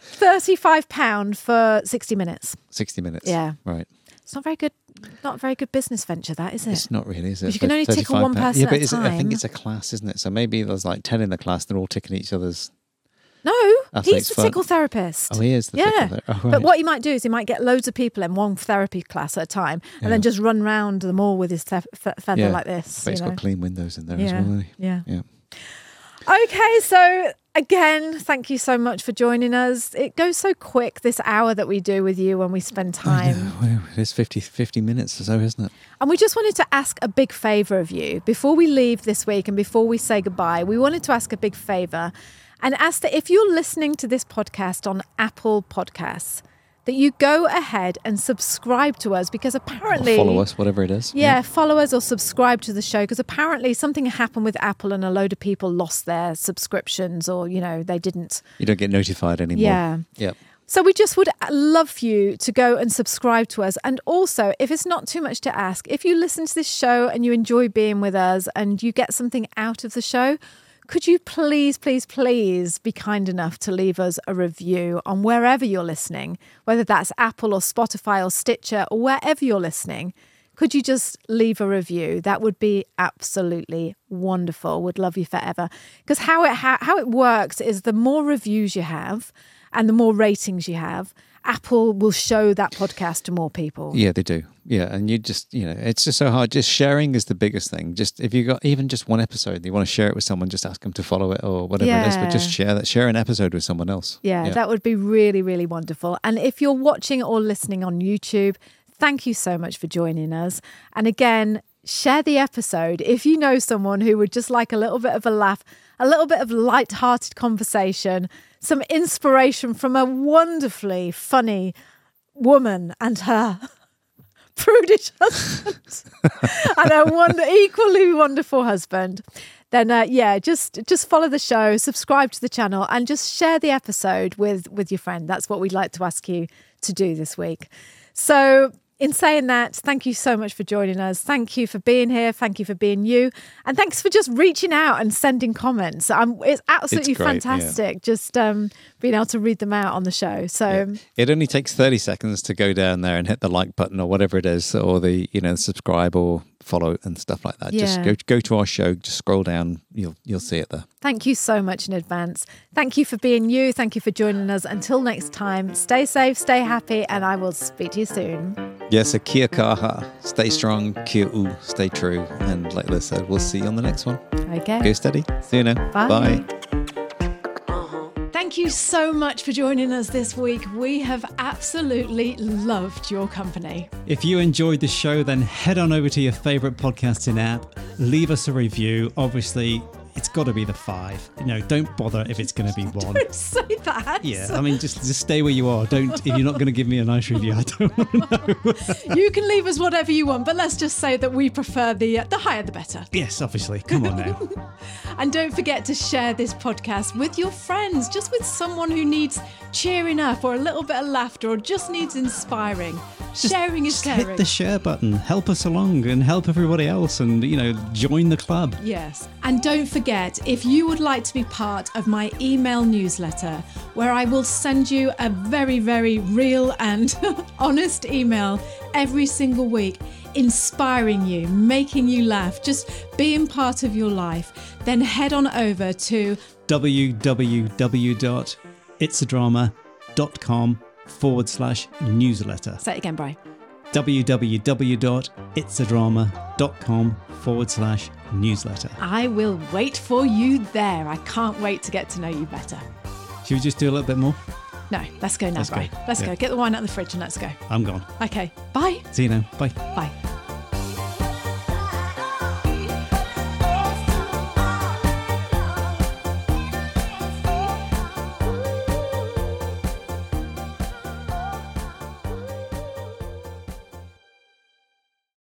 [SPEAKER 2] 35 pound for 60 minutes.
[SPEAKER 1] Sixty minutes.
[SPEAKER 2] Yeah.
[SPEAKER 1] Right.
[SPEAKER 2] It's not very good not a very good business venture that, is it?
[SPEAKER 1] It's not really, is it?
[SPEAKER 2] you can only tickle
[SPEAKER 1] 35
[SPEAKER 2] one
[SPEAKER 1] pound-
[SPEAKER 2] person
[SPEAKER 1] Yeah, but
[SPEAKER 2] at a
[SPEAKER 1] is it- I think
[SPEAKER 2] time.
[SPEAKER 1] it's a class, isn't it? So maybe there's like ten in the class, they're all ticking each other's.
[SPEAKER 2] No,
[SPEAKER 1] That's
[SPEAKER 2] he's
[SPEAKER 1] what's
[SPEAKER 2] the
[SPEAKER 1] fun.
[SPEAKER 2] tickle therapist.
[SPEAKER 1] Oh, he is the
[SPEAKER 2] yeah.
[SPEAKER 1] tickle ther- oh,
[SPEAKER 2] But
[SPEAKER 1] right.
[SPEAKER 2] what he might do is he might get loads of people in one therapy class at a time, and then just run round them all with his te- fe- feather
[SPEAKER 1] Yeah.
[SPEAKER 2] like this.
[SPEAKER 1] But
[SPEAKER 2] you
[SPEAKER 1] it's
[SPEAKER 2] know?
[SPEAKER 1] got clean windows in there as
[SPEAKER 2] Yeah,
[SPEAKER 1] well. hasn't it?
[SPEAKER 2] yeah.
[SPEAKER 1] Yeah.
[SPEAKER 2] Okay, so again, thank you so much for joining us. It goes so quick this hour that we do with you when we spend time,
[SPEAKER 1] Wow, it is 50, 50 minutes or so, isn't it?
[SPEAKER 2] and we just wanted to ask a big favour of you before we leave this week and before we say goodbye. We wanted to ask a big favour, and ask that if you're listening to this podcast on Apple Podcasts, that you go ahead and subscribe to us because apparently
[SPEAKER 1] Or follow us, whatever it is.
[SPEAKER 2] Yeah, follow us or subscribe to the show because apparently something happened with Apple and a load of people lost their subscriptions or, you know, they didn't.
[SPEAKER 1] You don't get notified anymore.
[SPEAKER 2] Yeah.
[SPEAKER 1] Yep.
[SPEAKER 2] So we just would love for you to go and subscribe to us. And also, if it's not too much to ask, if you listen to this show and you enjoy being with us and you get something out of the show, could you please, please, please be kind enough to leave us a review on wherever you're listening, whether that's Apple or Spotify or Stitcher or wherever you're listening? Could you just leave a review? That would be absolutely wonderful. Would love you forever. Because how it how, how it works is the more reviews you have and the more ratings you have, Apple will show that podcast to more people.
[SPEAKER 1] Yeah, they do. Yeah, and you just you know, it's just so hard. Just sharing is the biggest thing. Just if you got even just one episode, and you want to share it with someone, just ask them to follow it or whatever it is. But just
[SPEAKER 2] Yeah.
[SPEAKER 1] share that, share an episode with someone else.
[SPEAKER 2] Yeah, that would be really, really wonderful. And if you're watching or listening on YouTube, thank you so much for joining us. And again, share the episode if you know someone who would just like a little bit of a laugh, a little bit of light-hearted conversation, some inspiration from a wonderfully funny woman and her prudish husband and her wonder, equally wonderful husband then uh, yeah just just follow the show subscribe to the channel and just share the episode with with your friend that's what we'd like to ask you to do this week so in saying that thank you so much for joining us thank you for being here thank you for being you and thanks for just reaching out and sending comments um, it's absolutely
[SPEAKER 1] great, yeah.
[SPEAKER 2] fantastic just um, being able to read them out on the show so
[SPEAKER 1] It only takes thirty seconds to go down there and hit the like button or whatever it is, or the you know subscribe or follow and stuff like that. Just
[SPEAKER 2] Yeah.
[SPEAKER 1] go go to our show. Just scroll down. You'll you'll see it there.
[SPEAKER 2] Thank you so much in advance. Thank you for being you. Thank you for joining us. Until next time, stay safe, stay happy, and I will speak to you soon.
[SPEAKER 1] Yes, a kia kaha. Stay strong, kia u. Stay true, and like Liz said, we'll see you on the next one.
[SPEAKER 2] Okay.
[SPEAKER 1] Go steady. See you now.
[SPEAKER 2] Bye.
[SPEAKER 1] Bye.
[SPEAKER 2] Thank you so much for joining us this week. We have absolutely loved your company.
[SPEAKER 9] If you enjoyed the show, then head on over to your favorite podcasting app, leave us a review. Obviously, it's got to be the five. You know, don't bother if it's going to be one.
[SPEAKER 2] Say that.
[SPEAKER 9] Yeah, I mean, just just stay where you are. Don't if you're not going to give me a nice review, I don't want to know.
[SPEAKER 2] You can leave us whatever you want, but let's just say that we prefer the uh, the higher the better.
[SPEAKER 9] Yes, obviously. Come on now.
[SPEAKER 2] And don't forget to share this podcast with your friends, just with someone who needs cheering up or a little bit of laughter or just needs inspiring. Sharing is
[SPEAKER 9] just
[SPEAKER 2] caring.
[SPEAKER 9] Hit the share button. Help us along and help everybody else, and you know, join the club.
[SPEAKER 2] Yes. And don't forget, if you would like to be part of my email newsletter, where I will send you a very, very real and honest email every single week, inspiring you, making you laugh, just being part of your life, then head on over to
[SPEAKER 9] www.itsadrama.com forward slash newsletter.
[SPEAKER 2] say it again, Bri.
[SPEAKER 9] www.itsadrama.com forward slash newsletter.
[SPEAKER 2] I will wait for you there. I can't wait to get to know you better.
[SPEAKER 9] Should we just do a little bit more?
[SPEAKER 2] No, let's go now,
[SPEAKER 9] Let's go.
[SPEAKER 2] Bri. Let's
[SPEAKER 9] Yeah.
[SPEAKER 2] go. Get the wine out of the fridge and let's go.
[SPEAKER 9] I'm gone.
[SPEAKER 2] Okay. Bye.
[SPEAKER 9] See you now. Bye.
[SPEAKER 2] Bye.